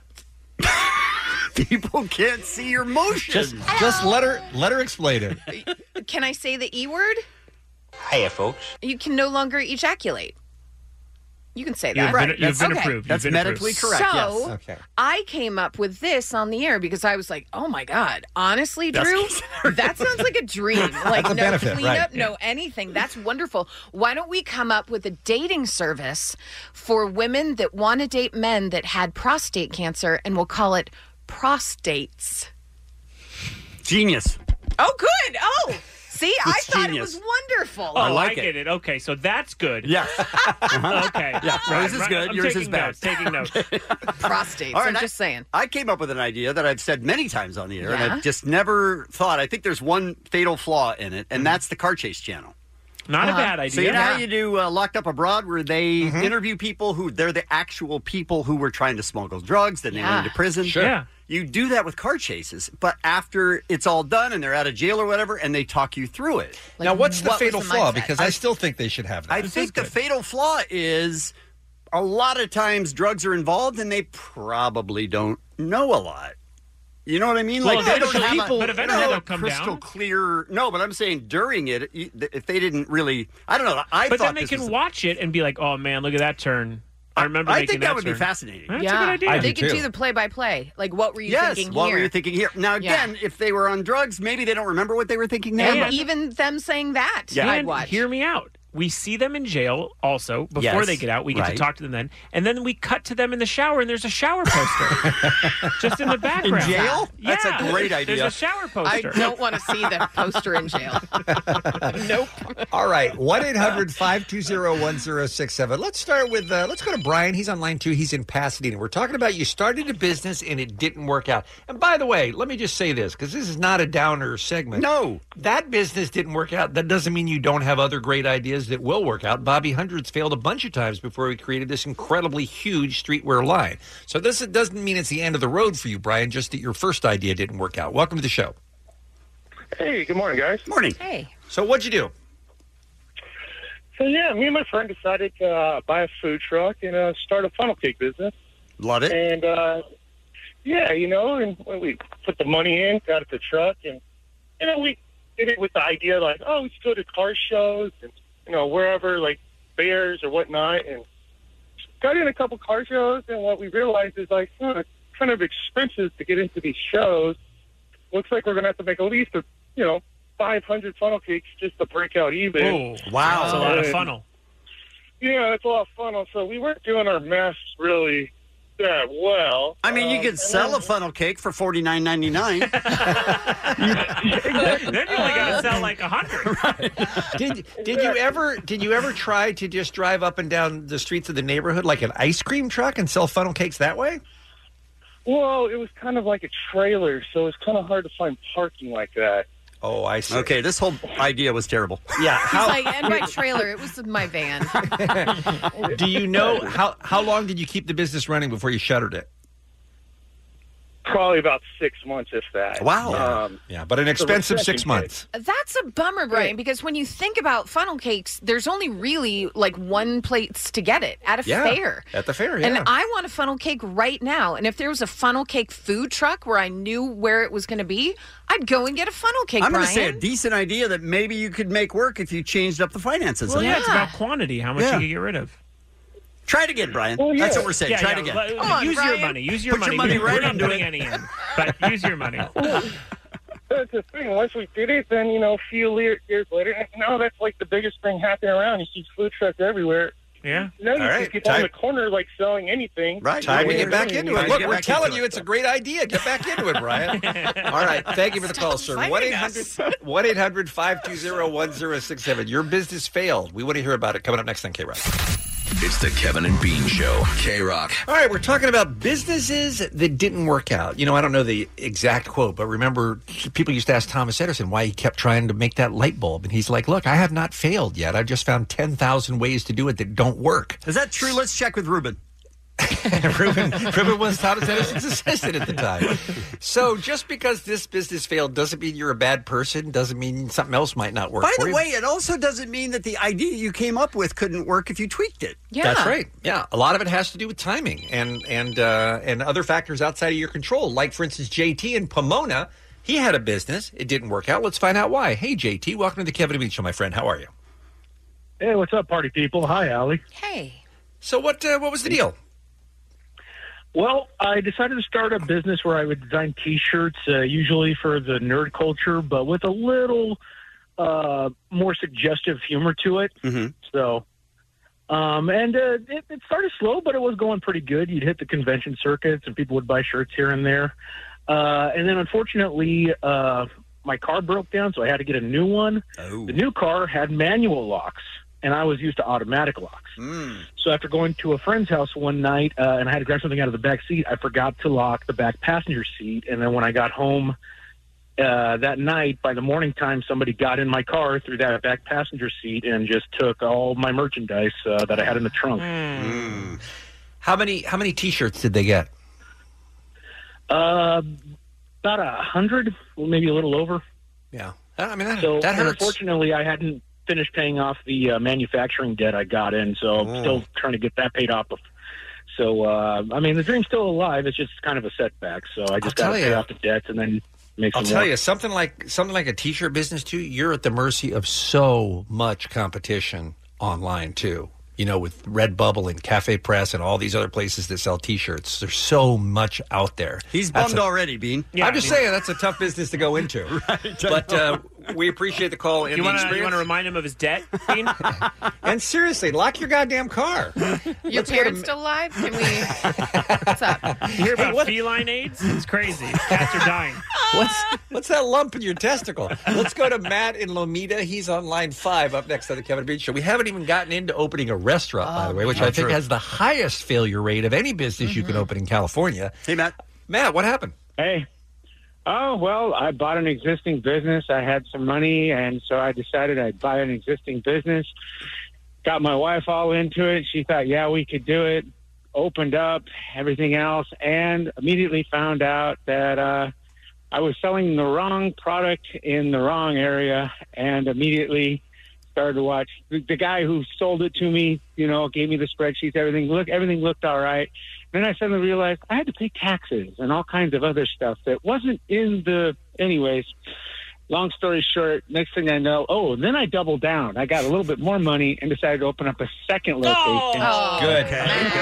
People can't see your motions. Just, just let her let her explain it. Can I say the E word? Hiya, folks. You can no longer ejaculate. You can say that. You've been- right. you've been okay. approved. You've That's been medically approved. correct, So yes. Okay. I came up with this on the air because I was like, oh my God, honestly, That's Drew, that sounds like a dream. Like That's a no benefit, cleanup, right. no anything. That's wonderful. Why don't we come up with a dating service for women that want to date men that had prostate cancer and we'll call it prostates. Genius. Oh, good. Oh, See, I It's thought genius. it was wonderful. Oh, I get it. Okay, so that's good. Yeah. Okay. Yeah. Right, Yours is right. good. I'm Yours is taking bad. notes, taking notes. Prostates. I'm just saying. I came up with an idea that I've said many times on the air, and Yeah? I've just never thought. I think there's one fatal flaw in it, Mm-hmm. and that's the car chase channel. Not a Uh-huh. bad So idea. you know how Yeah. you do uh, Locked Up Abroad, where they Mm-hmm. interview people who they're the actual people who were trying to smuggle drugs, then they Yeah. went into prison. Sure. Yeah. You do that with car chases, but after it's all done and they're out of jail or whatever, and they talk you through it. now, what's the fatal flaw? Because I still think they should have that. I think the fatal flaw is a lot of times drugs are involved and they probably don't know a lot. You know what I mean? Well, like they don't eventually have people- a, but they don't eventually have they'll a come crystal down. clear. No, but I'm saying during it, you- th- if they didn't really, I don't know. I but thought then they this can was- watch it and be like, "Oh man, look at that turn." I remember. I making think that would be turn. fascinating. That's yeah. a good idea. They could do the play by play. Like, what were you yes, thinking what here? were you thinking here? Now Yeah. again, if they were on drugs, maybe they don't remember what they were thinking then. And but- even them saying that, Yeah. I'd And watch. hear me out. We see them in jail also before Yes, they get out. We get right. to talk to them then. And then we cut to them in the shower and there's a shower poster just in the background. jail? Yeah. That's a great idea. There's a shower I poster. don't want to see the poster in jail. All right, 1 800 520 1067. Let's start with, uh, let's go to Brian. He's on line two. He's in Pasadena. We're talking about you started a business and it didn't work out. And by the way, let me just say this because this is not a downer segment. No. That business didn't work out. That doesn't mean you don't have other great ideas that will work out. Bobby Hundreds failed a bunch of times before he created this incredibly huge streetwear line. So this doesn't mean it's the end of the road for you, Brian, just that your first idea didn't work out. Welcome to the show. Hey, good morning, guys. Morning. Hey. So what'd you do? So yeah, me and my friend decided to uh, buy a food truck and uh, start a funnel cake business. Love it. And uh, yeah, you know, and when we put the money in, got it the truck, and you know, we did it with the idea like, oh, we should go to car shows and you know wherever like fairs or whatnot, and got in a couple car shows. And what we realized is like, huh, it's kind of expensive to get into these shows. Looks like we're gonna have to make at least a you know. 500 funnel cakes just to break out even. Whoa. Wow. That's a lot of And- funnel. yeah, it's a lot of funnel. So we weren't doing our math really that well. Um, I mean, you could sell a funnel cake for forty nine ninety nine. then you only got to sell like a hundred. did did you ever did you ever try to just drive up and down the streets of the neighborhood like an ice cream truck and sell funnel cakes that way? Well, it was kind of like a trailer, so it's kind of hard to find parking like that. Oh, I see. Okay, this whole idea was terrible. Yeah. He's like, and my trailer. It was my van. Do you know how how long did you keep the business running before you shuttered it? Probably about six months, if that. Yeah, Um, yeah but an the expensive recession six hit. months. That's a bummer, Brian, because when you think about funnel cakes, there's only really like one place to get it at a yeah, fair. at the fair. Yeah. And I want a funnel cake right now. And if there was a funnel cake food truck where I knew where it was going to be, I'd go and get a funnel cake. I'm going Brian. to say a decent idea that maybe you could make work if you changed up the finances. Well, a yeah, bit. it's about quantity, how much Yeah. you can get rid of. Try it again, Brian. Well, yeah. That's what we're saying. Yeah, Try yeah. it again. Let- Come on, use your Brian. money. Use your Put money. Your money We're right not into putting it. any in, but use your money. That's the thing. Once we did it, then, you know, a few le- years later, now that's like the biggest thing happening around. You see food trucks everywhere. Yeah. Now you All see right. people on Time- the corner, like, selling anything. Right. Time to Yeah. get back Yeah. into it. Look, we're telling you it's a great idea. Get back into it, Brian. All right. Thank you for the call, sir. fighting 1 800 520 1067. Your business failed. We want to hear about it coming up next on K Rock. It's the Kevin and Bean Show. K Rock. All right, we're talking about businesses that didn't work out. You know, I don't know the exact quote, but remember, people used to ask Thomas Edison why he kept trying to make that light bulb. And he's like, look, I have not failed yet. I've just found 10,000 ways to do it that don't work. Is that true? Let's check with Ruben. Ruben, Ruben was Thomas Edison's assistant at the time. So just because this business failed doesn't mean you're a bad person, doesn't mean something else might not work. By for the you. way, it also doesn't mean that the idea you came up with couldn't work if you tweaked it. That's right. Yeah, a lot of it has to do with timing and and uh, and other factors outside of your control. Like for instance, JT in Pomona, he had a business. It didn't work out. Let's find out why. Hey, JT, welcome to the Kevin and Bean Show, my friend. How are you? Hey, what's up, party people? Hi, Allie. Hey. So what uh, what was the deal? Well, I decided to start a business where I would design T-shirts, uh, usually for the nerd culture, but with a little uh, more suggestive humor to it. So, um, and uh, it, it started slow, but it was going pretty good. You'd hit the convention circuits, and people would buy shirts here and there. Uh, and then, unfortunately, uh, my car broke down, so I had to get a new one. The new car had manual locks, and I was used to automatic locks. Mm. So after going to a friend's house one night uh, and I had to grab something out of the back seat, I forgot to lock the back passenger seat. And then when I got home uh, that night, by the morning time, somebody got in my car through that back passenger seat and just took all my merchandise uh, that I had in the trunk. Hmm. How many how many T-shirts did they get? Uh, about a hundred, well, maybe a little over. Yeah, I mean that, so that hurts. Unfortunately, I hadn't finished paying off the uh, manufacturing debt I got in, so Oh. I'm still trying to get that paid off. bef- So uh, I mean, the dream's still alive. It's just kind of a setback. So I just I'll got to tell pay ya. off the debts and then make I'll some tell more. you something like something like a T-shirt business too. You're at the mercy of so much competition online too. You know, with Redbubble and Cafe Press and all these other places that sell T-shirts, there's so much out there. He's That's bummed a- already, Bean. I'm just saying that's a tough business to go into. But uh, we appreciate the call and You the want to experience. you want to remind him of his debt? Dean? and seriously, lock your goddamn car. Your Let's go to parents still alive? Can we? You hear about feline AIDS? It's crazy. Cats are dying. What's what's that lump in your testicle? Let's go to Matt in Lomita. He's on line five up next to the Kevin Beach Show. We haven't even gotten into opening a restaurant, by the way, which not I think true. has the highest failure rate of any business you Mm-hmm. can open in California. Hey, Matt. Matt, what happened? Hey. Oh, well, I bought an existing business. I had some money, and so I decided I'd buy an existing business. Got my wife all into it. She thought, yeah, we could do it. Opened up everything else, and immediately found out that uh, I was selling the wrong product in the wrong area, and immediately started to watch the, the guy who sold it to me. You know, gave me the spreadsheets, everything. Look, everything looked all right. Then I suddenly realized I had to pay taxes and all kinds of other stuff that wasn't in the. Anyways, long story short, next thing I know, oh, then I doubled down. I got a little bit more money and decided to open up a second location. Good.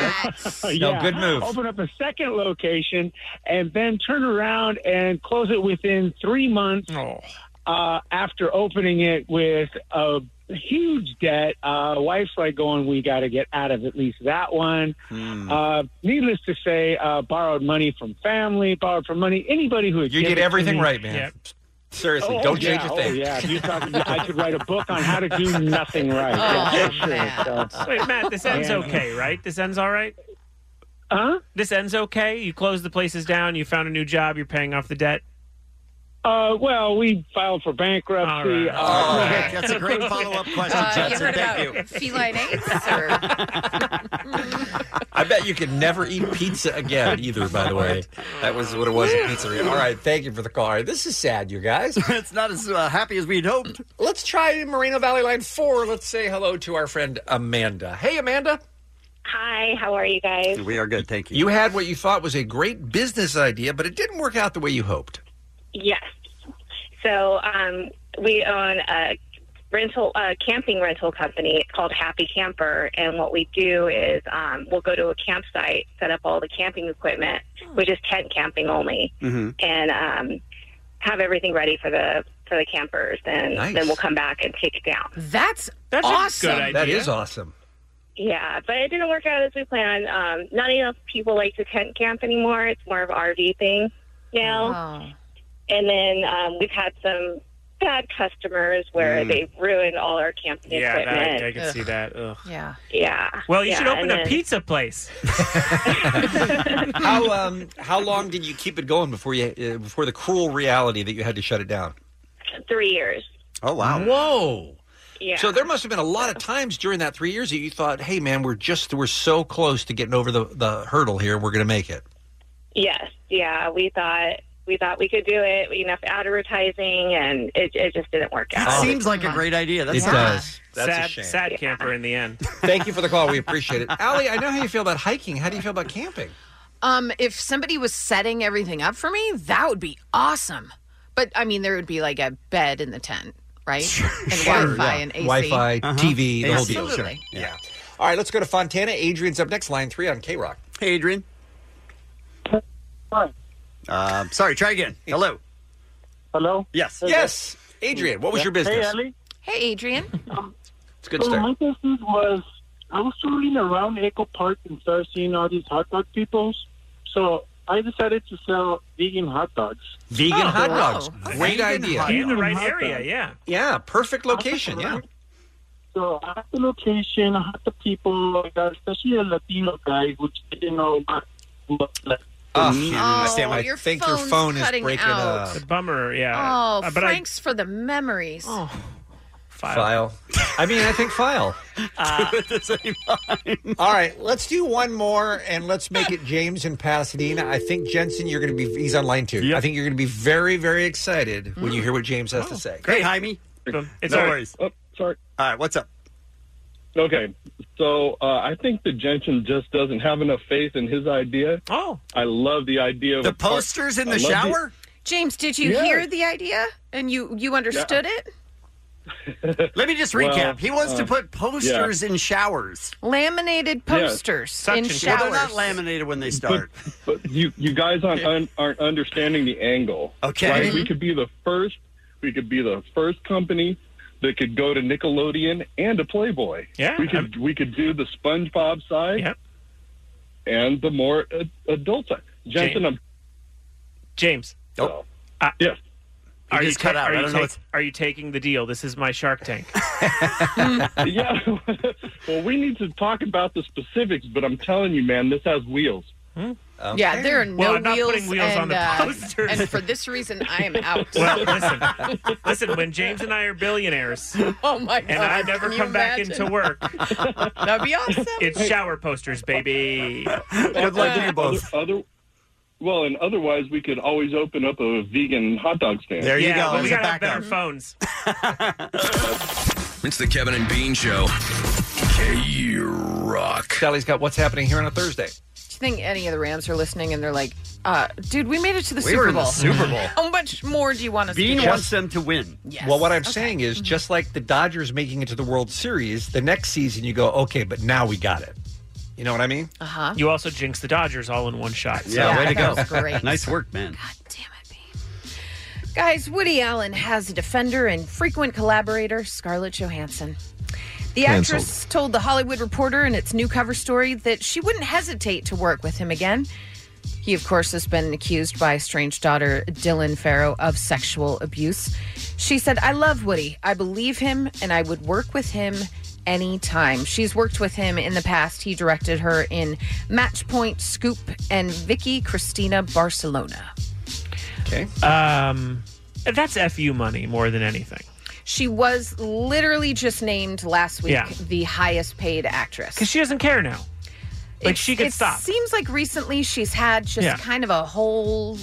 Yeah. No, good move. Open up a second location and then turn around and close it within three months Oh. uh, after opening it with a huge debt. Uh, wife's like going, we got to get out of at least that one. Hmm. Uh, needless to say, uh, borrowed money from family, borrowed from money. Anybody who would You give did it to everything me- right, man. Seriously, Oh, don't yeah, change a thing. Oh, yeah, If you talk, I could write a book on how to do nothing right. Yeah, for sure. So- Oh, Wait, Matt, this ends Yeah. okay, right? This ends all right? Huh? This ends okay? You close the places down, you found a new job, you're paying off the debt. Uh, well, we filed for bankruptcy. All right. Uh, All right. That's a great follow-up question, Uh, you heard about feline AIDS? Or... I bet you could never eat pizza again either, by the way. That was what it was at pizzeria. All right, thank you for the call. All right, This is sad, you guys. it's not as uh, happy as we'd hoped. Let's try Moreno Valley Line 4. Let's say hello to our friend Amanda. Hey, Amanda. Hi, how are you guys? We are good, thank You had what you thought was a great business idea, but it didn't work out the way you hoped. Yes. So um, we own a rental, a camping rental company It's called Happy Camper, and what we do is um, we'll go to a campsite, set up all the camping equipment, which is tent camping only, Mhm. Mm-hmm. and um, have everything ready for the for the campers, and Nice. then we'll come back and take it down. That's That's a awesome. good idea. That is awesome. Yeah, but it didn't work out as we planned. Um, not enough people like to tent camp anymore. It's more of an RV thing now. And then um, we've had some bad customers where Mm. they've ruined all our camping Yeah, equipment. that, I, I can see that. Ugh. Yeah. Yeah. Well, you Yeah, should open and a then- pizza place. how um how long did you keep it going before you uh, before the cruel reality that you had to shut it down? Three years. Oh wow! Whoa! Yeah. So there must have been a lot of times during that three years that you thought, "Hey man, we're just we're so close to getting over the the hurdle here. We're going to make it." Yes. Yeah. We thought we thought we could do it. Enough advertising, and it, it just didn't work out. seems like a great idea. That's It not- does. That's a sad, shame. sad camper in the end. Thank you for the call. Oh, We appreciate it, Allie. I know how you feel about hiking. How do you feel about camping? Um, if somebody was setting everything up for me, that would be awesome. But I mean, there would be like a bed in the tent, right? and Wi-Fi and AC. Wi-Fi, TV, the whole deal. Absolutely. Sure. Uh-huh. Yeah. All right, let's go to Fontana. Adrian's up next, line three on K Rock. Hey, Adrian. Uh, sorry, try again. Hello. Hello. Yes. Yes. Adrian, what was your Hey, business? Ellie. Hey, Adrian. It's a good so start. My business was I was touring around Echo Park and started seeing all these hot dog people. So I I decided to sell vegan hot dogs. Vegan Oh, hot wow. dogs. Great Vegan idea. hot In the right dogs. area, yeah. Yeah, perfect location, yeah. So I had the location, I had the people, especially the Latino guys, which didn't know about what like, Oh, the- Oh, your phone's cutting out. It's a bummer, yeah. Oh, Uh, but I- thanks for the memories. Oh. File. I mean, I think file. Uh, All right, let's do one more, and let's make it James in Pasadena. I think Jensen, you're going to be—he's on line too. I think you're going to be very, very excited when you hear what James has to say. Hey, Jaime. It's no all right. worries. Oh, sorry. All right, what's up? Okay, so uh, I think the Jensen just doesn't have enough faith in his idea. Oh, I love the idea of The posters in I the love shower? James, did you Yeah. hear the idea and you you understood it? Let me just Well, recap. he wants to uh, put posters in showers. Laminated posters in Well, showers. they're not laminated when they start. But you you guys aren't un, aren't understanding the angle. Okay. right? we Mhm. could be the first. We could be the first company that could go to Nickelodeon and to Playboy. Yeah, we could we could do the SpongeBob side. and the more uh, adult side. Jensen, I'm James. Oh. yes. He Are you, just cut ta- out. Are, I you don't know ta- what's- are you taking the deal? This is my Shark Tank. yeah. well, we need to talk about the specifics, but I'm telling you, man, this has wheels. Yeah, there are no Well, I'm not wheels, putting wheels and, on the uh, posters. and for this reason, I am out. well, listen, listen. When James and I are billionaires, oh my god! and I never can you come back imagine? into work, that'd be awesome. It's shower posters, baby. Other- other- other- well, and otherwise, we could always open up a vegan hot dog stand. Yeah, But we gotta have better phones. It's the Kevin and Bean Show. K Rock. Sally's got what's happening here on a Thursday. Do you think any of the Rams are listening and they're like, uh, "Dude, we made it to the We Super were in the Bowl. Super Bowl. How much more do you want us to do? them to win. Yes. Well, what I'm saying is, just like the Dodgers making it to the World Series, the next season you go, okay, but now we got it. You know what I mean? Uh huh. You also jinxed the Dodgers all in one shot. so- Yeah, way to go. great. Nice work, man. Guys, Woody Allen has a defender and frequent collaborator, Scarlett Johansson. The Canceled. actress told The Hollywood Reporter in its new cover story that she wouldn't hesitate to work with him again. He, of course, has been accused by estranged daughter Dylan Farrow of sexual abuse. She said, I love Woody. I believe him, and I would work with him anytime. She's worked with him in the past. He directed her in Match Point, Scoop, and Vicky Cristina Barcelona. Okay. Um, that's fu money more than anything. She was literally just named last week Yeah. the highest paid actress. Because she doesn't care now. Like, she could it stop. seems like recently she's had just Yeah. kind of a whole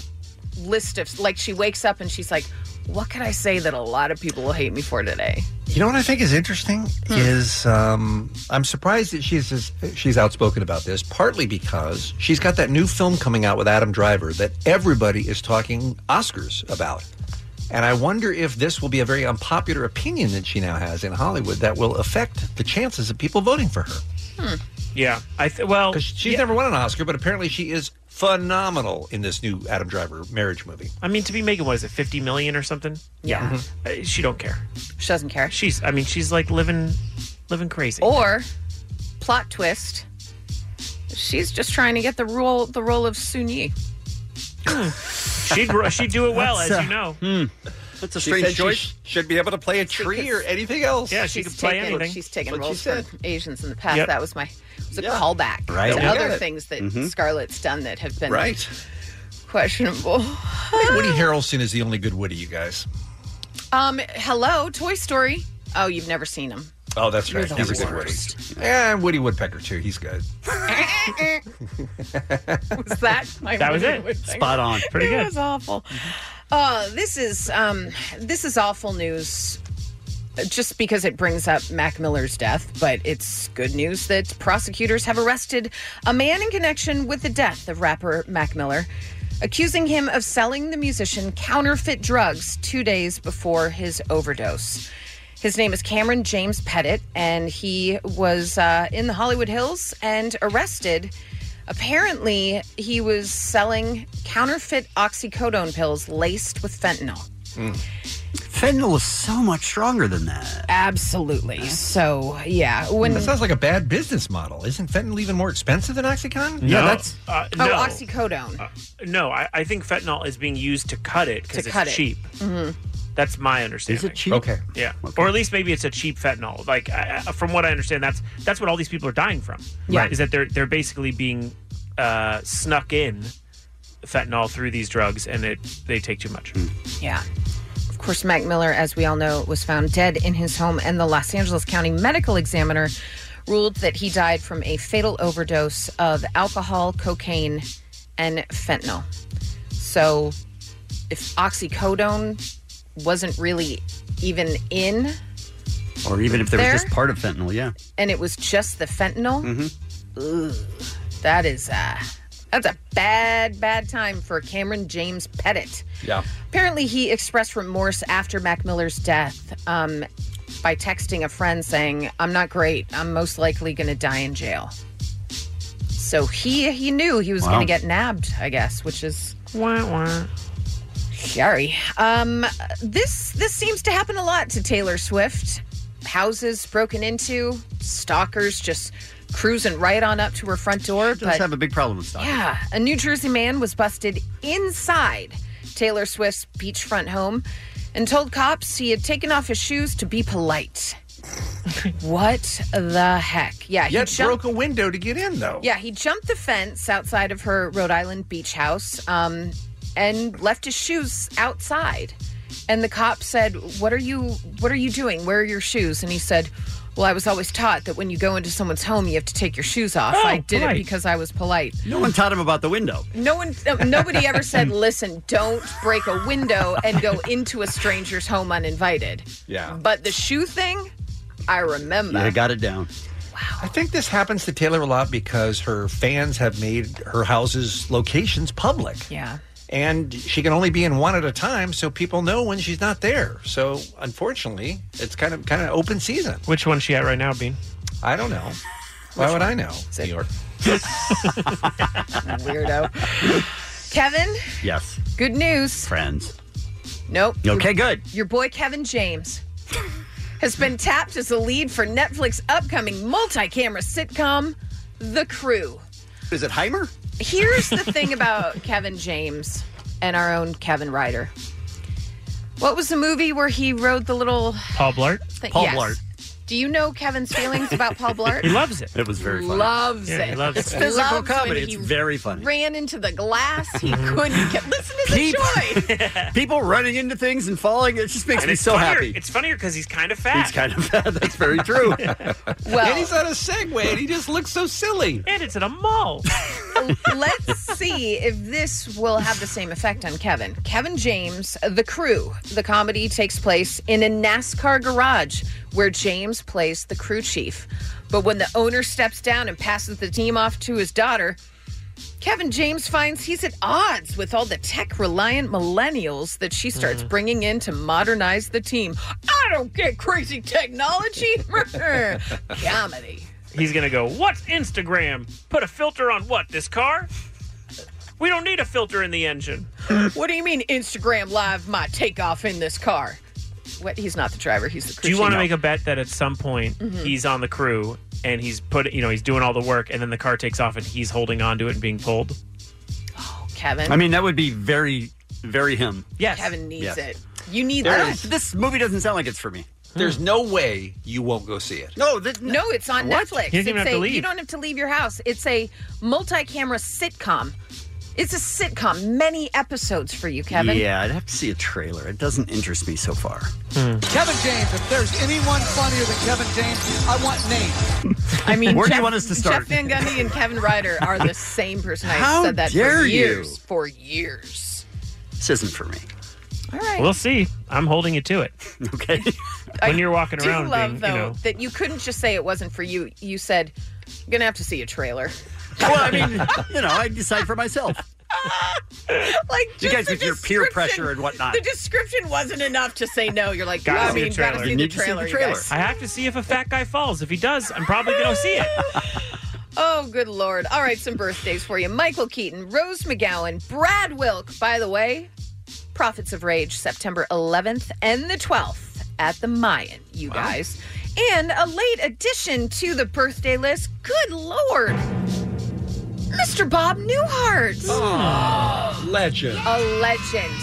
list of like she wakes up and she's like, "What can I say that a lot of people will hate me for today?" You know what I think is interesting Hmm. is um, I'm surprised that she's as, she's outspoken about this. Partly because she's got that new film coming out with Adam Driver that everybody is talking Oscars about, and I wonder if this will be a very unpopular opinion that she now has in Hollywood that will affect the chances of people voting for her. Yeah, I th- well, because she's never won an Oscar, but apparently she is phenomenal in this new Adam Driver marriage movie. I mean, to be making what is it, fifty million or something? Yeah. Mm-hmm. Uh, she don't care. She doesn't care. Oh. She's. I mean, she's like living, living crazy. Or plot twist, she's just trying to get the role the role of Sun Yi. Hmm. she'd she'd do it well, That's, as uh, you know. That's a strange choice. should be able to play a tree or anything else. Yeah, she She's could play taken- anything. She's taken That's what roles she for Asians in the past. Yep. That was my it was a callback Right. to Yeah. other Got it. things that Mhm. Scarlett's done that have been Right. questionable. I think Woody Harrelson is the only good Woody, you guys. Um, hello, Toy Story. Oh, you've never seen him. Oh, that's You're right. the He's a good Woody. Yeah, and Woody Woodpecker too. He's good. was that my That was Woody it. Woodpecker? Spot on. Pretty it good. was awful. Uh, this is um, this is awful news. Just because it brings up Mac Miller's death, but it's good news that prosecutors have arrested a man in connection with the death of rapper Mac Miller, accusing him of selling the musician counterfeit drugs two days before his overdose. His name is Cameron James Pettit, and he was uh, in the Hollywood Hills and arrested. Apparently, he was selling counterfeit oxycodone pills laced with fentanyl. Fentanyl is so much stronger than that. Absolutely. So yeah, when that sounds like a bad business model. Isn't fentanyl even more expensive than OxyContin? No, uh, no. oh Uh, oxycodone. No, I, I think fentanyl is being used to cut it because it's To cut it. cheap. Mhm. That's my understanding. Is it cheap? Okay. Yeah, or at least maybe it's a cheap fentanyl. Like I, I- from what I understand, that's that's what all these people are dying from. Yeah. Right. is that they're they're basically being uh, snuck in fentanyl through these drugs, and it they take too Hmm. much. Yeah. Of course, Mac Miller, as we all know, was found dead in his home, and the Los Angeles County Medical Examiner ruled that he died from a fatal overdose of alcohol, cocaine, and fentanyl. So, if oxycodone wasn't really even in, Or even if there, There? was just part of fentanyl, yeah. and it was just the fentanyl, Mm-hmm. Mm. Ugh, that is uh, that's a bad, bad time for Cameron James Pettit. Yeah. Apparently, he expressed remorse after Mac Miller's death um, by texting a friend saying, "I'm not great. I'm most likely going to die in jail." So he he knew he was Wow. going to get nabbed, I guess, which is wah. Sorry. Um, this this seems to happen a lot to Taylor Swift. Houses broken into, stalkers just cruising right on up to her front door. Does But have a big problem with stock. yeah, a New Jersey man was busted inside Taylor Swift's beachfront home and told cops he had taken off his shoes to be polite. what the heck? Yeah, he Yet jumped- broke a window to get in though. yeah, he jumped the fence outside of her Rhode Island beach house um, and left his shoes outside. And the cop said, "What are you? What are you doing? Where are your shoes?" And he said, "Well, I was always taught that when you go into someone's home, you have to take your shoes off. Oh, I did polite. it because I was polite. No one taught him about the window. No one, uh, nobody ever said, "Listen, don't break a window and go into a stranger's home uninvited." Yeah. But the shoe thing, I remember. Yeah, got it down. I think this happens to Taylor a lot because her fans have made her house's locations public. Yeah. And she can only be in one at a time, so people know when she's not there. So unfortunately, it's kind of kind of open season. Which one's she at right now, Bean? I don't know. Why would I know? New York. Weirdo. Kevin, Yes. good news. Friends. Nope. Okay, Your- good. Your boy Kevin James has been tapped as the lead for Netflix upcoming multi-camera sitcom The Crew. Is it Heimer? Here's the thing about Kevin James and our own Kevin Ryder. What was the movie where he rode the little Paul Blart. thing? Yes. Do you know Kevin's feelings about Paul Blart? He loves it. It was very funny. Loves Yeah, it. he loves It's it. It's physical Loves comedy. when It's he very funny. Ran into the glass. He couldn't get. Listen to the People- choice. People running into things and falling, it just makes And me it's so funnier- happy. It's funnier because he's kind of fat. It's kind of bad. That's very true. Well- and he's on a Segway, and he just looks so silly. And it's at a mall. Let's see if this will have the same effect on Kevin. Kevin James, The Crew. The comedy takes place in a NASCAR garage where James plays the crew chief. But when the owner steps down and passes the team off to his daughter, Kevin James finds he's at odds with all the tech reliant millennials that she Mm-hmm. starts bringing in to modernize the team. I don't get crazy technology. Mm-hmm. Comedy. He's gonna go. What's Instagram? Put a filter on what? This car? We don't need a filter in the engine. what do you mean Instagram Live my takeoff in this car? What? He's not the driver. He's the. Do you want to crew make chief. a bet that at some point Mhm. he's on the crew and he's put, you know, he's doing all the work, and then the car takes off and he's holding on to it and being pulled? Kevin? I mean, that would be very, very him. yes. Kevin needs Yes. it. You need I that. don't- this movie doesn't sound like it's for me. There's no way you won't go see it. No, this, No, it's on What? Netflix. You didn't even It's have to a- leave. You don't have to leave your house. It's a multi-camera sitcom. It's a sitcom, many episodes for you, Kevin. Yeah, I'd have to see a trailer. It doesn't interest me so far. Kevin James. If there's anyone funnier than Kevin James, I want names. I mean, Where do you Jeff- want us to start? Jeff Van Gundy and Kevin Ryder are the same person. I How said that dare for you. years. For years. This isn't for me. All right. We'll see. I'm holding it to it. Okay. when you're walking do around, love being, though you know, that you couldn't just say it wasn't for you. You said you're gonna have to see a trailer. Well, I mean, you know, I decide for myself. like you just guys the with your peer pressure and whatnot. The description wasn't enough to say no. You're like, gotta I see mean, the trailer. gotta see the trailer. you guys. I have to see if a fat guy falls. If he does, I'm probably gonna see it. Oh, good lord! All right, some birthdays for you: Michael Keaton, Rose McGowan, Brad Wilk. By the way, Prophets of Rage, September 11th and the 12th at the Mayan, you guys. And a late addition to the birthday list, good lord, Mr. Bob Newhart. legend. A legend.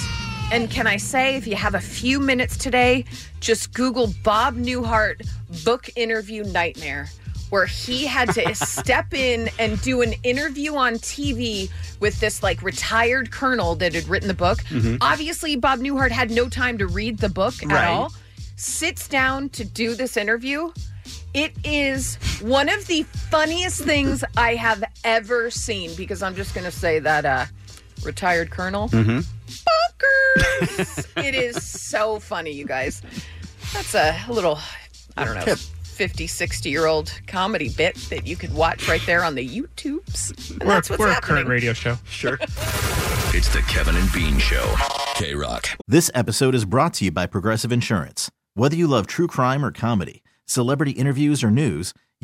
And can I say, if you have a few minutes today, just Google Bob Newhart book interview nightmare, where he had to step in and do an interview on TV with this like retired colonel that had written the book. Mhm. Obviously, Bob Newhart had no time to read the book at Right. all. Sits down to do this interview. It is one of the funniest things I have ever seen because I'm just going to say that uh, retired colonel Mm-hmm. it is so funny, you guys. That's a little, I don't know, Tip. 50, 60 year old comedy bit that you could watch right there on the YouTubes. And that's what's happening. radio show. Sure. It's the Kevin and Bean Show. K Rock. This episode is brought to you by Progressive Insurance. Whether you love true crime or comedy, celebrity interviews or news,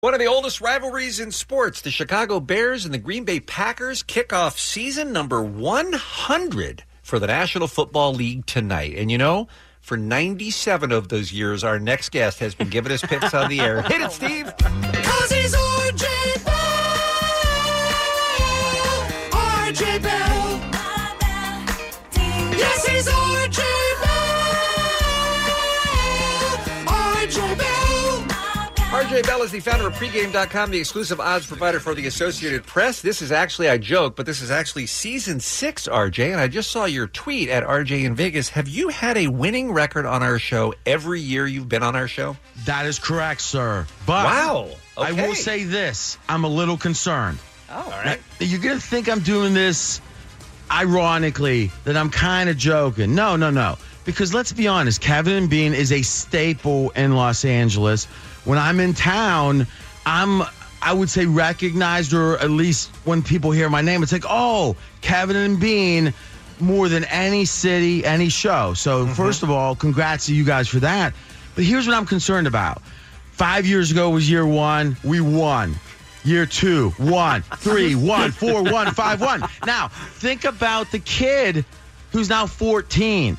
One of the oldest rivalries in sports, the Chicago Bears and the Green Bay Packers kick off season number 100 for the National Football League tonight. And you know, for 97 of those years, our next guest has been giving us picks on the air. Hit it, Steve. Cause he's RJ Bell. RJ Bell. Yes, he's RJ Bell. RJ Bell. RJ Bell is the founder of pregame.com, the exclusive odds provider for the Associated Press. This is actually, I joke, but this is actually season six, RJ. And I just saw your tweet at RJ in Vegas. Have you had a winning record on our show every year you've been on our show? That is correct, sir. But Wow. I Okay. will say this: I'm a little concerned. Oh, all right. Now, you're gonna think I'm doing this ironically, that I'm kind of joking. No, no, no. Because let's be honest, Kevin and Bean is a staple in Los Angeles. When I'm in town, I'm I would say recognized, or at least when people hear my name, it's like, oh, Kevin and Bean, more than any city, any show. So first of all, congrats to you guys for that. But here's what I'm concerned about. Five years ago was year one. We won. Year two, one, three, one, four, one, five, one. Now, think about the kid who's now 14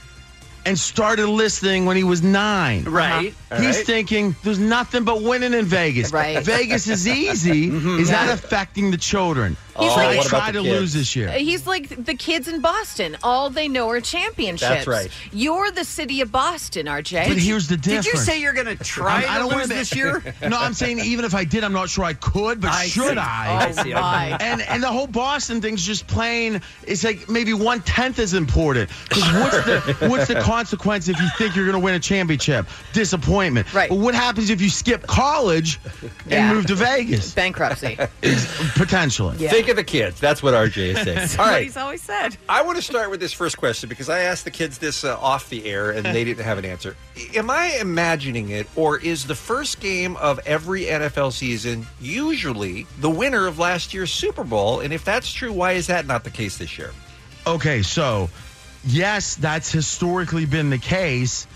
and started listening when he was nine. Right. Uh-huh. He's Right. thinking there's nothing but winning in Vegas. Right. Vegas is easy. Mhm. Is Yeah. that affecting the children? He's So like- they What about try the to kids? lose this year. Uh, He's like the kids in Boston. All they know are championships. That's right. You're the city of Boston, RJ. But here's the difference. going to I'm- wanna be- no, I'm saying even if I did, I'm not sure I could. But I should see. I? Oh, I see. my. And and the whole Boston thing's just plain. It's like maybe one tenth is important. 'Cause what's the what's the consequence if you think you're going to win a championship? Disappointment. Right. But what happens if you skip college and Yeah. move to Vegas? Bankruptcy. Potentially. Yeah. Think of the kids. That's what RJ is That's saying. what All right. he's always said. I want to start with this first question because I asked the kids this uh, off the air and they didn't have an answer. Am I imagining it, or is the first game of every NFL season usually the winner of last year's Super Bowl? And if that's true, why is that not the case this year? Okay, so yes, that's historically been the case.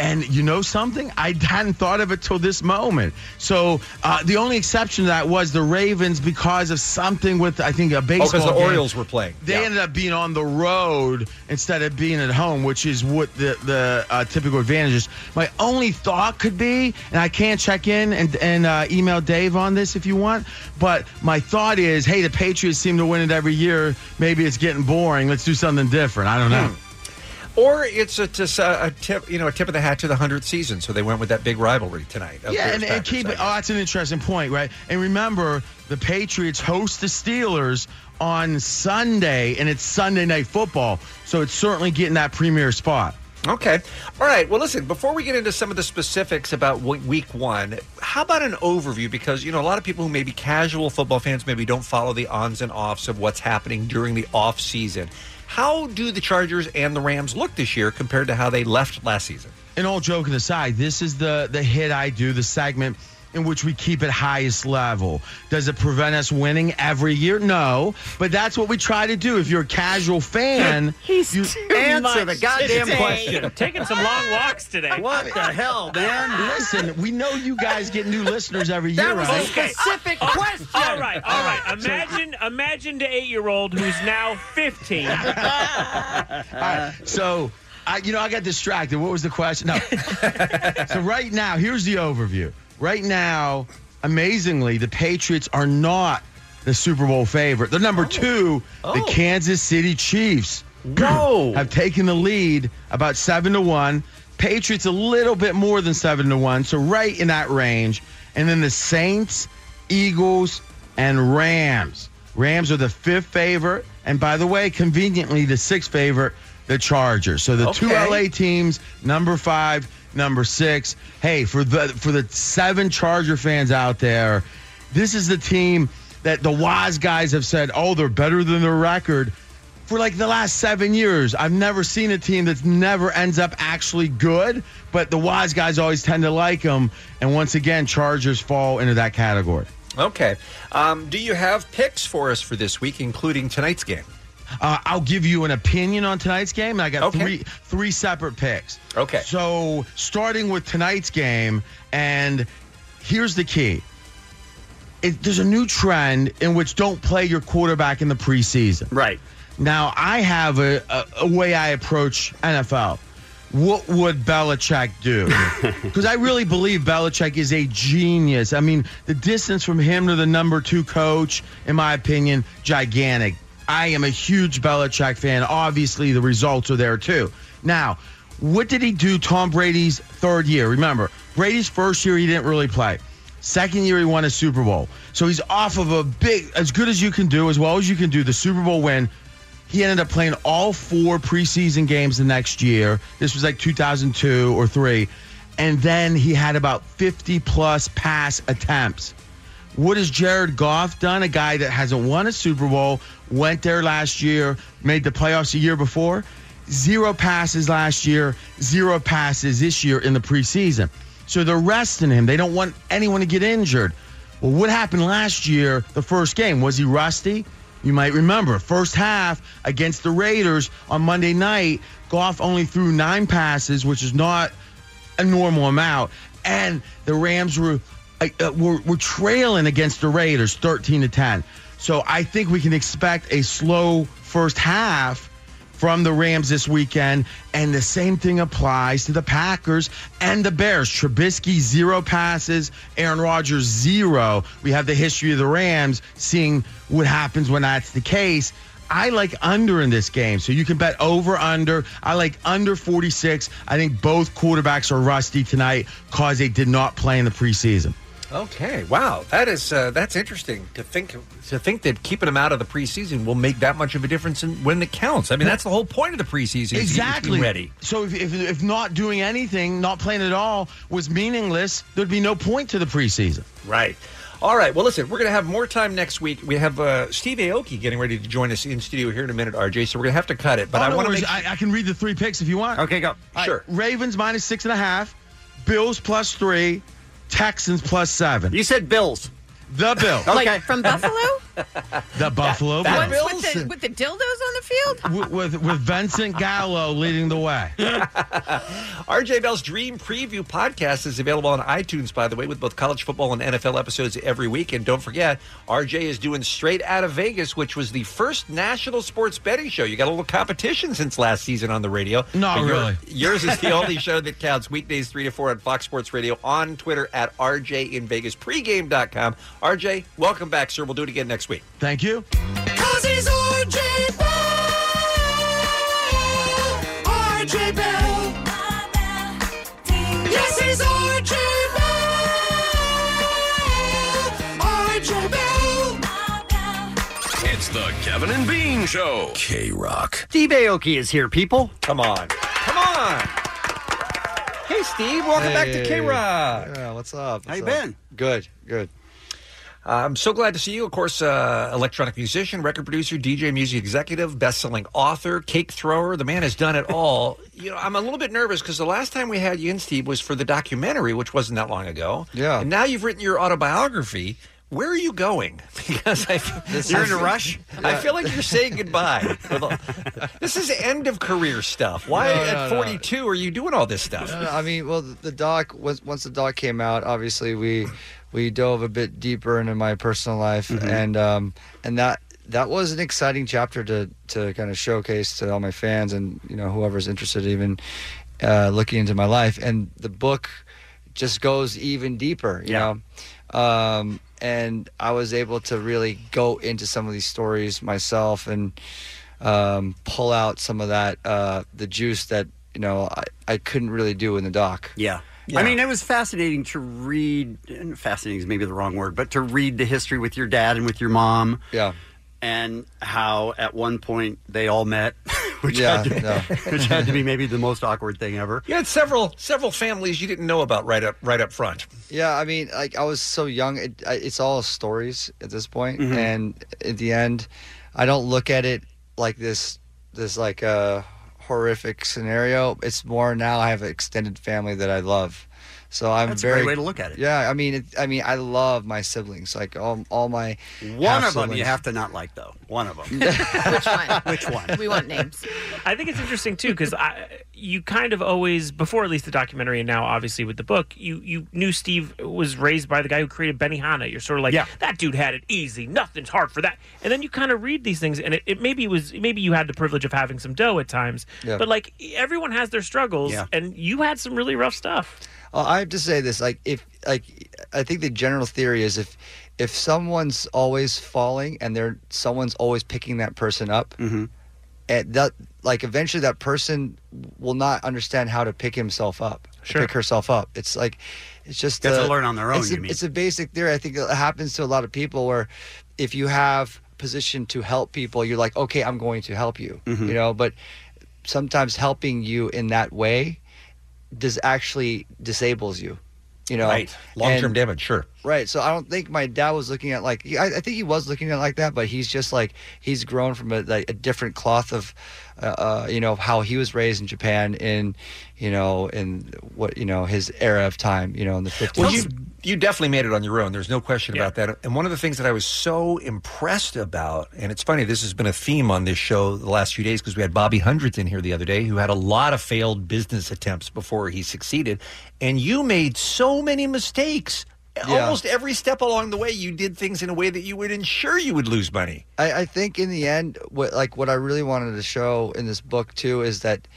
And you know something? I hadn't thought of it till this moment. So uh, the only exception to that was the Ravens because of something with I think a baseball. Oh, because the game. Orioles were playing. They ended up being on the road instead of being at home, which is what the the uh, typical advantage is. My only thought could be, and I can check in and and uh, email Dave on this if you want, but my thought is, hey, the Patriots seem to win it every year. Maybe it's getting boring. Let's do something different. I don't know. Or it's a, just a, a tip, you know, a tip of the hat to the hundredth season. So they went with that big rivalry tonight. of Yeah, Bears and, and Packers. keep it. Oh, that's an interesting point, right? And remember, the Patriots host the Steelers on Sunday, and it's Sunday night football, so it's certainly getting that premier spot. Okay. All right. Well, listen, before we get into some of the specifics about we- week one, how about an overview? Because, you know, a lot of people who may be casual football fans maybe don't follow the ons and offs of what's happening during the off season. How do the Chargers and the Rams look this year compared to how they left last season? and all joking aside, this is the the hit I do, the segment in which we keep it highest level. Does it prevent us winning every year? No, but that's what we try to do. If you're a casual fan, He's you Much today. Taking some long walks today. What the hell, man? Listen, we know you guys get new listeners every year, That was a right? specific All- question. Uh, All right, all right. Imagine, imagine the eight-year-old who's now fifteen. All right, so, I, you know, I got distracted. What was the question? No. so, right now, here's the overview. Right now, amazingly, the Patriots are not the Super Bowl favorite. They're number two, the Kansas City Chiefs. Whoa. have taken the lead about seven to one. Patriots a little bit more than seven to one, so right in that range. And then the Saints, Eagles, and Rams. Rams are the fifth favorite, and by the way, conveniently the sixth favorite, the Chargers. So the two Okay. LA teams, number five, number six. Hey, for the for the seven Charger fans out there, this is the team that the wise guys have said, oh, they're better than their record. For like the last seven years, I've never seen a team that never ends up actually good, but the wise guys always tend to like them. And once again, Chargers fall into that category. Okay. Um, do you have picks for us for this week, including tonight's game? Uh, I'll give you an opinion on tonight's game. and I got Okay. three three separate picks. Okay. So starting with tonight's game, and here's the key. It, there's a new trend in which don't play your quarterback in the preseason. Right. Now I have a, a, a way I approach NFL. What would Belichick do? Because I really believe Belichick is a genius. I mean, the distance from him to the number two coach, in my opinion, gigantic. I am a huge Belichick fan. Obviously, the results are there too. Now, what did he do Tom Brady's third year? Remember, Brady's first year, he didn't really play. Second year, he won a Super Bowl. So he's off of a big, as good as you can do, as well as you can do, the Super Bowl win. He ended up playing all four preseason games the next year. This was like 2002 or three. And then he had about 50 plus pass attempts. What has Jared Goff done? A guy that hasn't won a Super Bowl, went there last year, made the playoffs a year before. Zero passes last year, zero passes this year in the preseason. So they're resting him. They don't want anyone to get injured. Well, what happened last year, the first game? Was he rusty? You might remember, first half against the Raiders on Monday night, Goff only threw nine passes, which is not a normal amount, and the Rams were uh, uh, were, were trailing against the Raiders, thirteen to ten. So I think we can expect a slow first half from the Rams this weekend, and the same thing applies to the Packers and the Bears. Trubisky zero passes, Aaron Rodgers zero. We have the history of the Rams, seeing what happens when that's the case. I like under in this game. So you can bet over under. I like under 46. I think both quarterbacks are rusty tonight because they did not play in the preseason. Okay. Wow. That is uh, that's interesting to think to think that keeping them out of the preseason will make that much of a difference in, when it counts. I mean, that's the whole point of the preseason. is to get your team Exactly. Ready. So if, if, if not doing anything, not playing at all was meaningless, there'd be no point to the preseason. Right. All right. Well, listen, we're going to have more time next week. We have uh, Steve Aoki getting ready to join us in studio here in a minute, RJ. So we're going to have to cut it. But Oh, I no want to worries. make I, I can read the three picks if you want. Okay, go. sure. Ravens minus six and a half, Bills plus three, Texans plus seven. You said Bills. The Bills. Like from Buffalo? The Buffalo Ones Bills. with the, with the dildos on the field? with, with with Vincent Gallo leading the way. RJ Bell's Dream Preview podcast is available on iTunes, by the way, with both college football and NFL episodes every week. And don't forget, RJ is doing Straight Out of Vegas, which was the first national sports betting show. You got a little competition since last season on the radio. Not But your- really. Yours is the only show that counts. Weekdays 3 to 4 on Fox Sports Radio, on Twitter at RJ in Vegas, pregame.com. RJ, welcome back, sir. We'll do it again next week. Thank you. Cause he's RJ Bell. RJ Bell. Yes, he's RJ Bell. RJ Bell. It's the Kevin and Bean Show. K Rock. Steve Aoki is here, people. Come on. Come on. Hey, Steve. Welcome back to K Rock. Yeah, what's up? How What's you up? been? Good, good. Uh, I'm so glad to see you. Of course, uh, electronic musician, record producer, DJ, music executive, best-selling author, cake thrower. The man has done it all. you know, I'm a little bit nervous because the last time we had you in, Steve, was for the documentary, which wasn't that long ago. Yeah. And now you've written your autobiography. Where are you going? Because I, This You're in a is- rush? I feel like you're saying goodbye. with all- this is end of career stuff. Why No, at no, no. 42 are you doing all this stuff? No, no, I mean, well, the doc was once the doc came out. Obviously, we we dove a bit deeper into my personal life, Mm-hmm. and um, and that that was an exciting chapter to to kind of showcase to all my fans and you know whoever's interested, even uh, looking into my life. And the book just goes even deeper, you know. Um, and I was able to really go into some of these stories myself and um, pull out some of that uh, the juice that you know I, I couldn't really do in the doc. Yeah. I mean, it was fascinating to read. and Fascinating is maybe the wrong word, but to read the history with your dad and with your mom. Yeah. And how at one point they all met, which, Yeah, had to, which had to be maybe the most awkward thing ever. You had several several families you didn't know about right up right up front. Yeah, I mean, like I was so young. It, I- it's all stories at this point, Mm-hmm. Mhm. and at the end, I don't look at it like this. This like uh, horrific scenario. It's more now. I have an extended family that I love, so I'm That's a great very way to look at it. Yeah, I mean, it, I mean, I love my siblings. Like all, all my One of them you half-siblings. have to not like, though. One of them. Which one? We want names. I think it's interesting too because you kind of always, before at least the documentary, and now obviously with the book, you you knew Steve was raised by the guy who created Benihana. You're sort of like, that dude had it easy. Nothing's hard for that. And then you kind of read these things, and it, it maybe was maybe you had the privilege of having some dough at times, Yeah. but like everyone has their struggles, Yeah. and you had some really rough stuff. Uh, I have to say this: like, if like, I think the general theory is if if someone's always falling and they're someone's always picking that person up, Mm-hmm. and that like eventually that person will not understand how to pick himself up, Sure. pick herself up. It's like it's just You have to a- learn on their own, It's, you a, mean. it's a basic theory. I think it happens to a lot of people where if you have position to help people, you're like, okay, I'm going to help you, Mhm. you know, but sometimes helping you in that way does actually disables you you know right. Long term And- damage, sure. right so i don't think my dad was looking at like I, I think he was looking at it like that but he's just like he's grown from a, like, a different cloth of uh, uh, you know how he was raised in japan in you know in what you know his era of time you know in the 50s Well, you you definitely made it on your own. There's no question about that. And one of the things that I was so impressed about, and it's funny, this has been a theme on this show the last few days because we had Bobby Hundreds in here the other day, who had a lot of failed business attempts before he succeeded, and you made so many mistakes. Yeah. Almost every step along the way, you did things in a way that you would ensure you would lose money. I, I think in the end, what like what I really wanted to show in this book too is that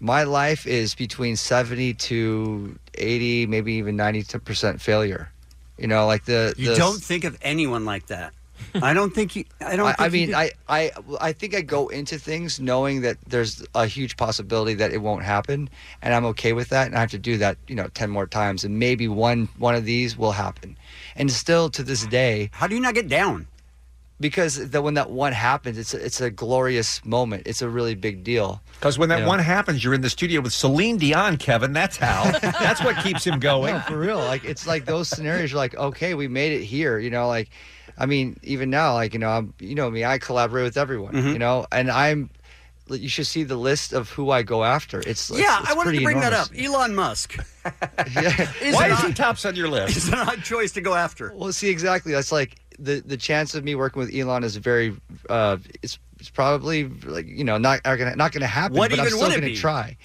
my life is between seventy to eighty, maybe even ninety percent failure. You know, like the You the- don't think of anyone like that. I don't think you. I don't. I, think I you mean, do. I, I, I think I go into things knowing that there's a huge possibility that it won't happen, and I'm okay with that. And I have to do that, you know, ten more times, and maybe one one of these will happen. And still to this day, how do you not get down? Because the, when that one happens, it's a, it's a glorious moment. It's a really big deal. Because when that Yeah. one happens, you're in the studio with Celine Dion, Kevin. That's how. That's what keeps him going. No, for real. Like it's like those scenarios. You're like, okay, we made it here. You know, like, I mean, even now, like you know, I'm, you know me, I collaborate with everyone. Mm-hmm. Mhm. You know, and I'm. You should see the list of who I go after. It's, it's yeah, it's I wanted to pretty bring enormous. that up. Elon Musk. Why an is he odd- tops on your list? It's an odd choice to go after. Well, see, exactly. That's like the the chance of me working with Elon is very. Uh, it's, it's probably like you know not not gonna, not gonna happen. What but I'm even still would it gonna be? try.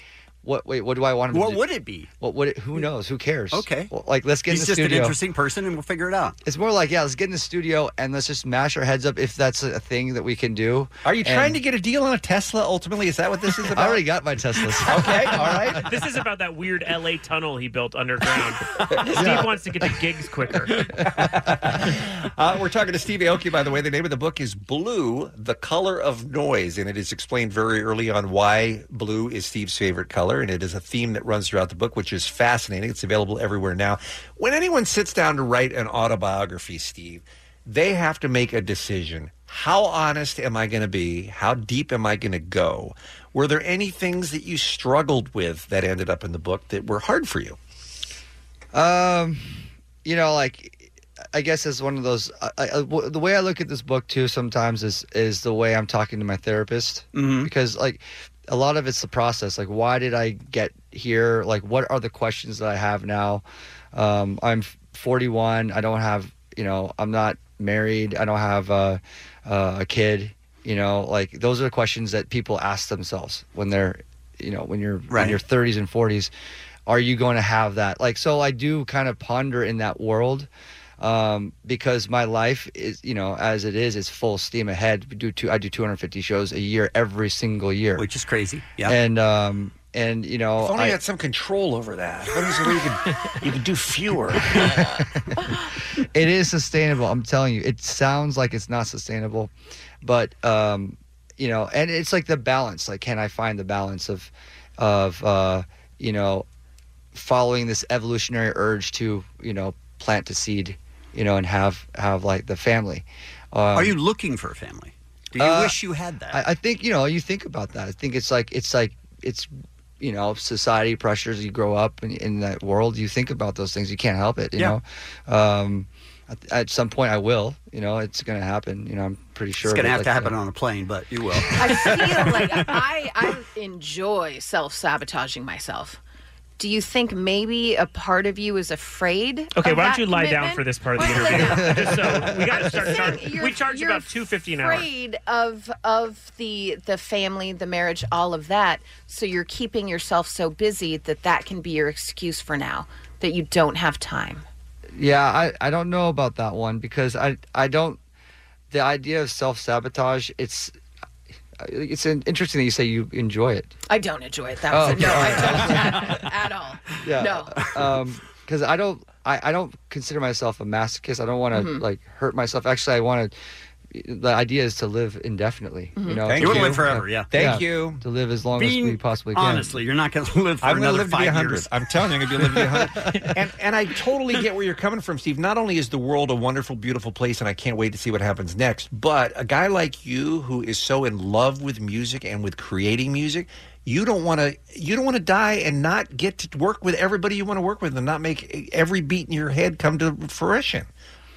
What wait? What do I want him What to do? would it be? What would it? Who knows? Who cares? Okay. Well, like let's get He's in the just studio. an interesting person, and we'll figure it out. It's more like, yeah, let's get in the studio and let's just mash our heads up if that's a thing that we can do. Are you trying to get a deal on a Tesla ultimately? Is that what this is about? I already got my Tesla. okay, all right. This is about that weird LA tunnel he built underground. Steve wants to get to gigs quicker. Uh, we're talking to Steve Aoki, by the way. The name of the book is Blue, The Color of Noise, and it is explained very early on why blue is Steve's favorite color, and it is a theme that runs throughout the book, which is fascinating. It's available everywhere now. When anyone sits down to write an autobiography, Steve, they have to make a decision. How honest am I going to be? How deep am I going to go? Were there any things that you struggled with that ended up in the book that were hard for you? Um, you know, like I guess it's one of those. I, I, w- the way I look at this book too sometimes is is the way I'm talking to my therapist because like a lot of it's the process. Like, why did I get here? Like, what are the questions that I have now? Um, I'm 41. I don't have you know. I'm not married. I don't have uh, uh, a kid. You know, like those are the questions that people ask themselves when they're you know when you're in your 30s and 40s are you going to have that like so i do kind of ponder in that world um, because my life is you know as it is it's full steam ahead we do two i do 250 shows a year every single year which is crazy yeah and um and you know If only I- you had some control over that. What is it? You could, you could do fewer. it is sustainable. I'm telling you, it sounds like it's not sustainable, but um, you know, and it's like the balance. Like, can I find the balance of, of uh, you know, following this evolutionary urge to you know plant the seed, you know, and have have like the family. Um, Are you looking for a family? Do you uh, wish you had that? I, I think you know you think about that. I think it's like it's like it's you know society pressures. You grow up in, in that world. You think about those things. You can't help it. You Yeah. know. Um, at, at some point, I will. You know, it's going to happen. You know, I'm pretty sure it's going to but have to like, happen uh, on a plane, but you will. I feel like I, I enjoy self sabotaging myself. Do you think maybe a part of you is afraid? Okay, of why that don't you lie down commitment? for this part of the interview? Just so we got to start charging. you're- We charge you're about two fifty an hour. afraid of of the the family, the marriage, all of that. So you're keeping yourself so busy that that can be your excuse for now that you don't have time. Yeah, I, I don't know about that one because I I don't the idea of self sabotage. It's it's an, interesting that you say you enjoy it. I don't enjoy it. That was Oh, a no. okay, all I right. don't at, at all. No. because um, I don't, I, I don't consider myself a masochist. I don't want to Mhm. like hurt myself. Actually, I want to. The idea is to live indefinitely. You Mhm. know, Thank to You wanna live forever, yeah. Thank you. To live as long Being as we possibly can. honestly, you're not going to live for I'm gonna another live to be five 100. years. I'm telling you, I'm going to be living to be 100. And, and I totally get where you're coming from, Steve. Not only is the world a wonderful, beautiful place, and I can't wait to see what happens next, but a guy like you who is so in love with music and with creating music, you don't want to you don't want to die and not get to work with everybody you want to work with and not make every beat in your head come to fruition.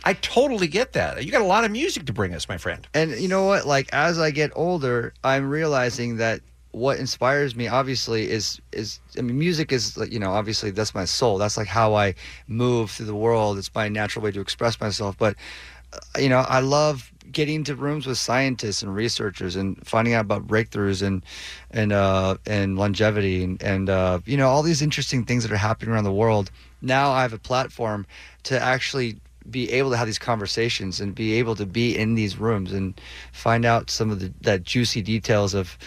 I totally get that. You got a lot of music to bring us, my friend. And you know what? Like as I get older, I'm realizing that what inspires me obviously is is I mean music is like you know obviously that's my soul. That's like how I move through the world. It's my natural way to express myself. But uh, you know, I love getting into rooms with scientists and researchers and finding out about breakthroughs and and uh and longevity and and uh you know all these interesting things that are happening around the world. Now I have a platform to actually be able to have these conversations and be able to be in these rooms and find out some of the that juicy details of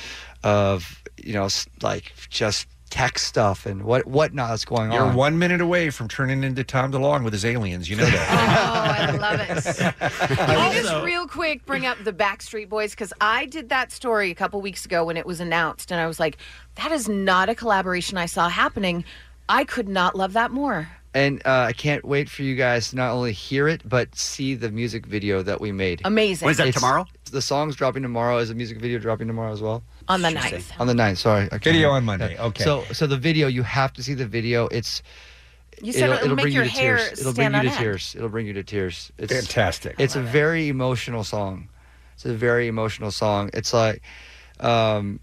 of you know s- like just tech stuff and what whatnot that's going You're on. one minute away from turning into Tom DeLong with his aliens. You know that. Can I just real quick bring up the Backstreet Boys? Because I did that story a couple weeks ago when it was announced, and I was like, that is not a collaboration I saw happening. I could not love that more. And uh, I can't wait for you guys to not only hear it but see the music video that we made. Amazing. What is that, tomorrow? The song's dropping tomorrow. Is the music video dropping tomorrow as well? On the Interesting. 9th. On the 9th, sorry. I Video can't- on Monday, Yeah. okay. So so the video you have to see the video. It's You said it'll make bring your you to hair tears. It'll bring stand you on to end. tears. It'll bring you to tears. It's Fantastic. It's a very emotional song. It's a very emotional song. It's like um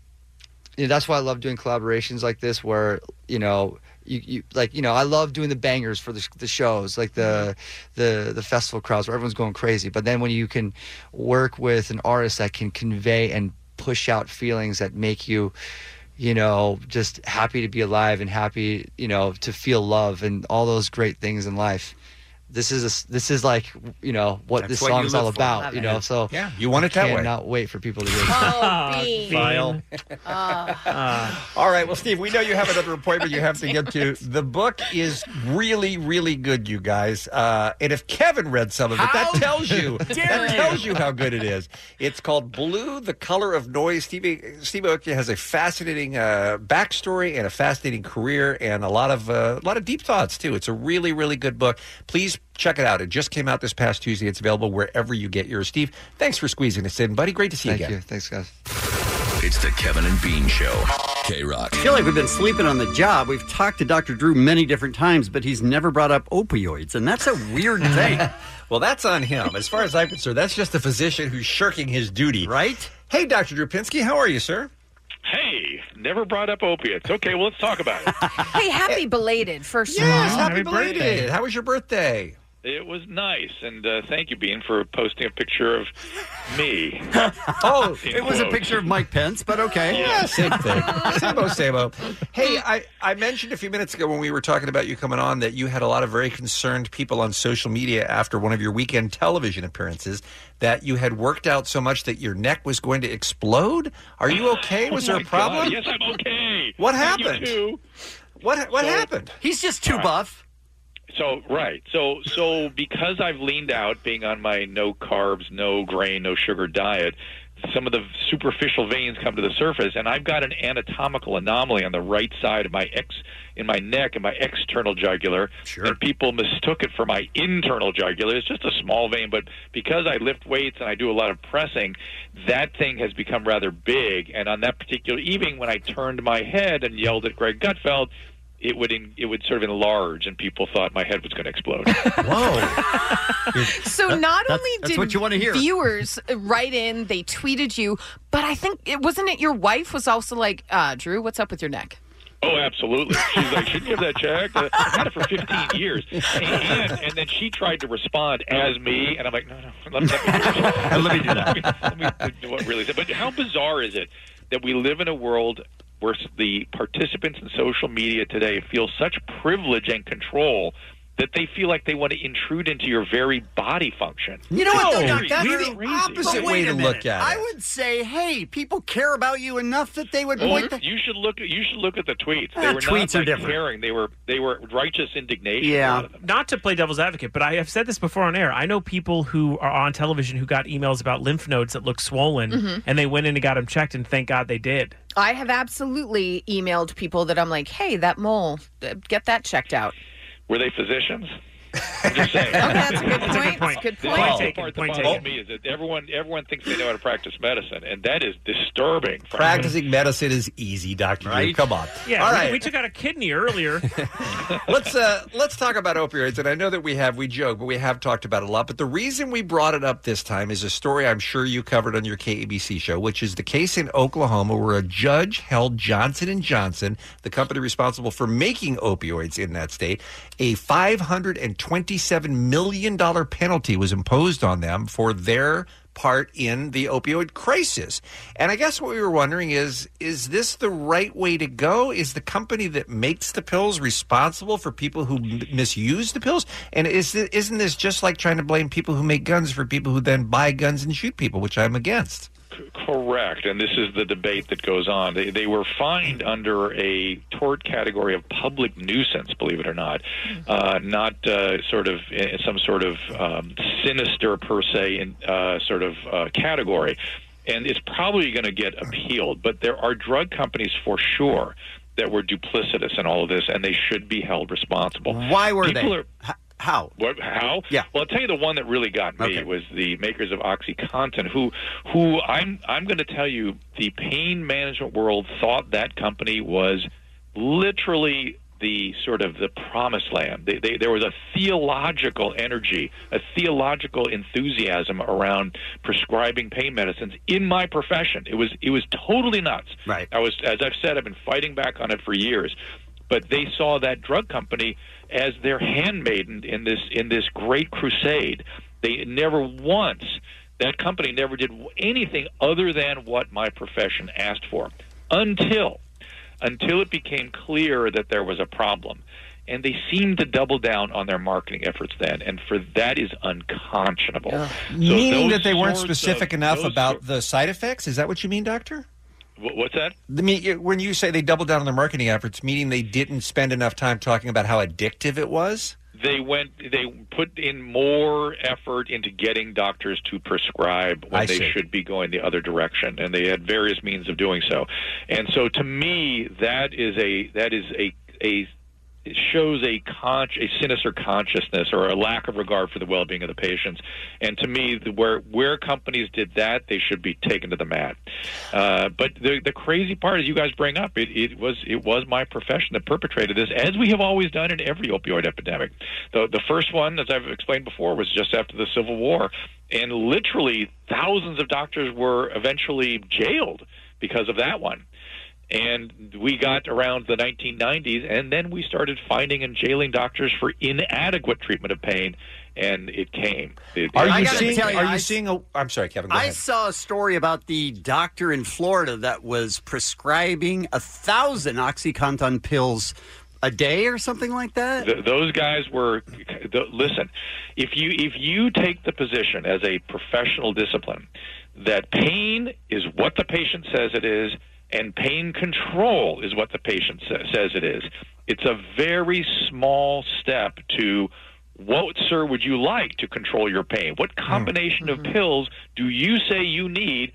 you know, that's why I love doing collaborations like this where, you know, you, you like you know I love doing the bangers for the, the shows like the Mm-hmm. the the festival crowds where everyone's going crazy but then when you can work with an artist that can convey and push out feelings that make you you know just happy to be alive and happy you know to feel love and all those great things in life this is a, this is like you know what That's this what song you is all live for. about you know so Yeah, you want it I that way. cannot wait for people to hear this Oh, Bean. Vile. Ah. All right. Well, Steve, we know you have another appointment you have to get to. The book is really, really good, you guys. Uh, and if Kevin read some of it, that tells you dare that you. tells you how good it is. It's called Blue: The Color of Noise. Steve Steve Aoki has a fascinating uh, backstory and a fascinating career, and a lot of uh, a lot of deep thoughts too. It's a really, really good book. Please check it out. It just came out this past Tuesday. It's available wherever you get yours. Steve, thanks for squeezing us in, buddy. Great to see Thank you again. you. Thanks, guys. It's the Kevin and Bean Show. K Rock. I feel like we've been sleeping on the job. We've talked to Dr. Drew many different times, but he's never brought up opioids, and that's a weird thing. well, that's on him. As far as I'm concerned, that's just a physician who's shirking his duty. Right? Hey, Dr. Drupinski, how are you, sir? Hey, never brought up opiates. Okay, well, let's talk about it. Hey, happy belated, first of all. Yes, happy, belated. How was your birthday? It was nice, and uh, thank you, Bean, for posting a picture of me. Oh, In it was a quotes. picture of Mike Pence, but okay. Yeah, same thing. Samo, samo. Hey, I, I mentioned a few minutes ago when we were talking about you coming on that you had a lot of very concerned people on social media after one of your weekend television appearances that you had worked out so much that your neck was going to explode. Are you okay? Was Oh there a my problem? God, Yes, I'm okay. What Thank you, happened? too. What what So- happened? He's just All right. So right. So so because I've leaned out, being on my no carbs, no grain, no sugar diet, some of the superficial veins come to the surface, and I've got an anatomical anomaly on the right side of my ex in my neck and my external jugular. Sure. And people mistook it for my internal jugular. It's just a small vein, but because I lift weights and I do a lot of pressing, that thing has become rather big. And on that particular evening, when I turned my head and yelled at Greg Gutfeld, it would in, it would sort of enlarge, and people thought my head was going to explode. So That- not that's- only that's did what you wanna hear. viewers write in, they tweeted you, but I think it wasn't it your wife was also like, uh, Drew, what's up with your neck? oh, absolutely. She's like, "Should you have that checked? Uh, I've had it for 15 years." And, and then she tried to respond as me, and I'm like, "No, no, let me, let me do that. let me, do what really is it. But how bizarre is it that we live in a world where s- the participants in social media today feel such privilege and control? That they feel like they want to intrude into your very body function. You know what? It's though, Doc? very- That's very the crazy. opposite way to look at it. I would say, hey, people care about you enough that they would Oh, point the you should look. You should look at the tweets. They Ah, were tweets not are like, different. caring. They were they were righteous indignation. a lot of them. Not to play devil's advocate, but I have said this before on air. I know people who are on television who got emails about lymph nodes that look swollen, Mhm. and they went in and got them checked, and thank God they did. I have absolutely emailed people that I'm like, hey, that mole, uh, get that checked out. Were they physicians? I'm just saying. that's a good That's a good point. point. Good The point. awful Taken, part that point bothers taken. me is that everyone everyone thinks they know how to practice medicine, and that is disturbing. frankly. Practicing medicine is easy, Doctor. Right? Come on. Yeah, All we- right. we took out a kidney earlier. let's uh, let's talk about opioids, and I know that we have we joke, but we have talked about it a lot. But the reason we brought it up this time is a story I'm sure you covered on your KABC show, which is the case in Oklahoma where a judge held Johnson and Johnson, the company responsible for making opioids in that state, a 527 million dollar penalty was imposed on them for their part in the opioid crisis. And I guess what we were wondering is is this the right way to go? Is the company that makes the pills responsible for people who m- misuse the pills? And is thi- isn't this just like trying to blame people who make guns for people who then buy guns and shoot people, which I'm against? Correct, and this is the debate that goes on. They, they were fined under a tort category of public nuisance, believe it or not, uh, not uh, sort of in some sort of um, sinister per se in, uh, sort of uh, category, and it's probably going to get appealed. But there are drug companies for sure that were duplicitous in all of this, and they should be held responsible. Why were People they? Are, how? What? How? Yeah. Well, I'll tell you the one that really got me was the makers of OxyContin, who, who I'm, I'm going to tell you, the pain management world thought that company was literally the sort of the promised land. They, they, there was a theological energy, a theological enthusiasm around prescribing pain medicines in my profession. It was, it was totally nuts. Right. I was, as I've said, I've been fighting back on it for years but they saw that drug company as their handmaiden in this in this great crusade. They never once that company never did anything other than what my profession asked for until until it became clear that there was a problem. And they seemed to double down on their marketing efforts then, and for that is unconscionable. So Meaning those that they weren't sorts of- specific enough those about the side effects? Is that what you mean, Doctor? Wh- What's that? The me- when you say they doubled down on their marketing efforts, meaning they didn't spend enough time talking about how addictive it was? they went they put in more effort into getting doctors to prescribe when I they see. should be going the other direction and they had various means of doing so and so to me that is a that is a a it shows a con- a sinister consciousness or a lack of regard for the well-being of the patients. And to me, the, where where companies did that, they should be taken to the mat. Uh, but the the crazy part is, you guys bring up it, it was it was my profession that perpetrated this, as we have always done in every opioid epidemic. The the first one, as I've explained before, was just after the Civil War, and literally thousands of doctors were eventually jailed because of that one. And we got around the 1990s, and then we started finding and jailing doctors for inadequate treatment of pain, and it came. It- Are it- you I gotta seeing? tell you, are you I- seeing? A, I'm sorry, Kevin. Go I ahead. saw a story about the doctor in Florida that was prescribing a thousand OxyContin pills a day or something like that. Th- those guys were. Th- listen, if you if you take the position as a professional discipline that pain is what the patient says it is, and pain control is what the patient sa- says it is, it's a very small step to. What, sir, would you like to control your pain? What combination of pills do you say you need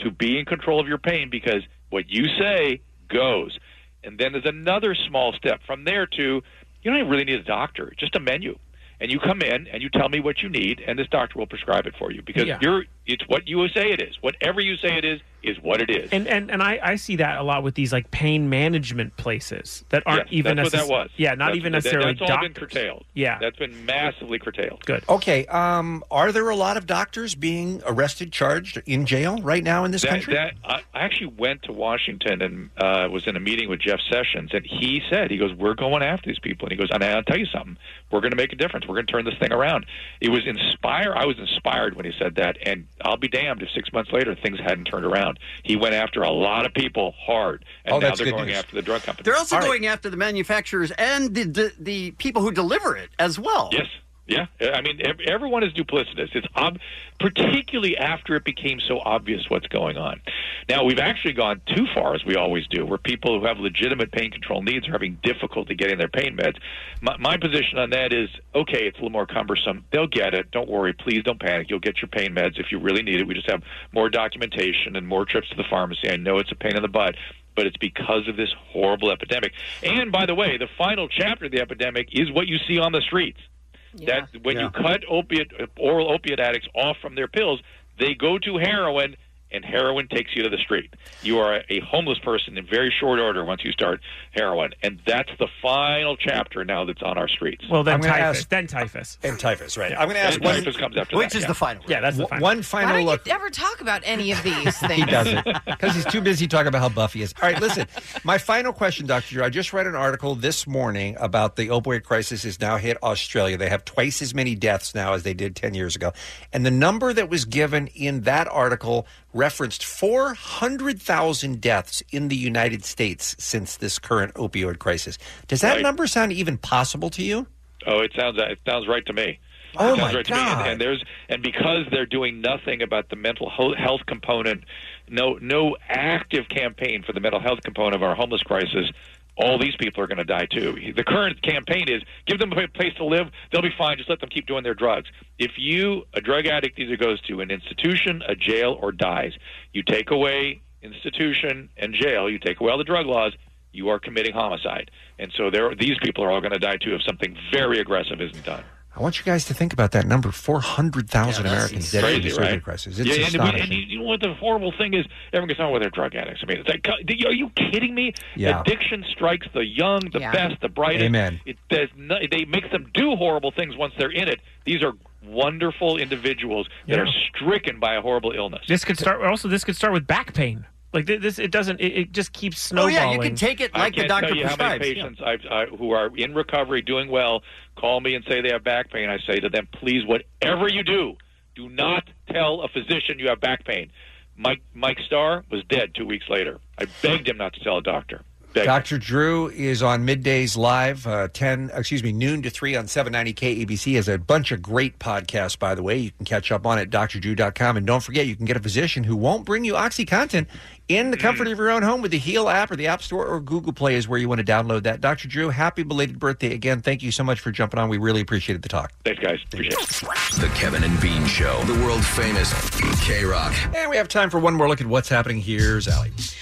to be in control of your pain? Because what you say goes. And then there's another small step from there to you don't even really need a doctor, just a menu. And you come in and you tell me what you need, and this doctor will prescribe it for you because Yeah. you're it's what you say it is. Whatever you say it is is what it is. And and, and I, I see that a lot with these like pain management places that aren't Yes, even that's necess- what that was. Yeah, not That's- even that- necessarily That's all been doctors. curtailed. Yeah. that's been massively curtailed. Good. Okay. Um, are there a lot of doctors being arrested, charged in jail right now in this that, country? that- I I actually went to Washington and uh, was in a meeting with Jeff Sessions, and he said, "He goes, we're going after these people." And he goes, "And I'll tell you something, we're going to make a difference. We're going to turn this thing around." It was inspire. I was inspired when he said that, and I'll be damned if six months later things hadn't turned around. He went after a lot of people hard, and Oh, now that's they're good going news. after the drug companies. They're also going after the manufacturers and the, the the people who deliver it as well. Yes. Yeah, I mean, ev- everyone is duplicitous. It's ob- particularly after it became so obvious what's going on. Now we've actually gone too far, as we always do, where people who have legitimate pain control needs are having difficulty getting their pain meds. My, my position on that is, okay, it's a little more cumbersome. They'll get it. Don't worry. Please don't panic. You'll get your pain meds if you really need it. We just have more documentation and more trips to the pharmacy. I know it's a pain in the butt, but it's because of this horrible epidemic. And by the way, the final chapter of the epidemic is what you see on the streets. That when you cut opiate oral opiate addicts off from their pills, they go to heroin, and heroin takes you to the street. You are a homeless person in very short order once you start heroin, and that's the final chapter now that's on our streets. Well, then I'm gonna typhus. ask- then typhus. And typhus, right? I'm gonna ask And one- typhus comes after Which that, is yeah. the final Yeah, that's the W- final. One final Why don't look. you ever talk about any of these things? He doesn't because he's too busy talking about how buff he is. All right, listen. My final question, Doctor Drew. I just read an article this morning about the opioid crisis has now hit Australia. They have twice as many deaths now as they did ten years ago, and the number that was given in that article referenced four hundred thousand deaths in the United States since this current opioid crisis. Does that Right. number sound even possible to you? Oh, it sounds it sounds right to me. Oh, it sounds my right To me. And, God. and there's and because they're doing nothing about the mental ho- health component, no no active campaign for the mental health component of our homeless crisis. All these people are going to die too. The current campaign is give them a place to live; they'll be fine. Just let them keep doing their drugs. If you a drug addict either goes to an institution, a jail, or dies, you take away institution and jail, you take away all the drug laws, you are committing homicide. And so there, these people are all going to die too if something very aggressive isn't done. I want you guys to think about that number: four hundred thousand Americans dead in Crazy, this right? opioid crisis. It's yeah, and, astonishing. and you, you know what the horrible thing is? Everyone gets on with their drug addicts. I mean, it's like, are you kidding me? Yeah. Addiction strikes the young, the Yeah. best, the brightest. Amen. It does no, they make them do horrible things once they're in it. These are wonderful individuals that Yeah. are stricken by a horrible illness. This could start. Also, this could start with back pain. Like thi- this, it doesn't. It, it just keeps Oh, Oh, snowballing. I can't tell you How many patients I've, I, who are in recovery, doing well, call me and say they have back pain. I say to them, please, whatever you do, do not tell a physician you have back pain. Mike Mike Starr was dead two weeks later. I begged him not to tell a doctor. Dr. Drew is on middays live, uh, 10, excuse me, noon to 3 on 790K ABC. He has a bunch of great podcasts, by the way. You can catch up on it at drdrew.com. And don't forget, you can get a physician who won't bring you OxyContin in the comfort of your own home with the Heal app or the App Store or Google Play is where you want to download that. Dr. Drew, happy belated birthday again. Thank you so much for jumping on. We really appreciated the talk. Thanks, guys. Appreciate it. The Kevin and Bean Show, the world famous K Rock. And we have time for one more look at what's happening. Here's Allie. Remember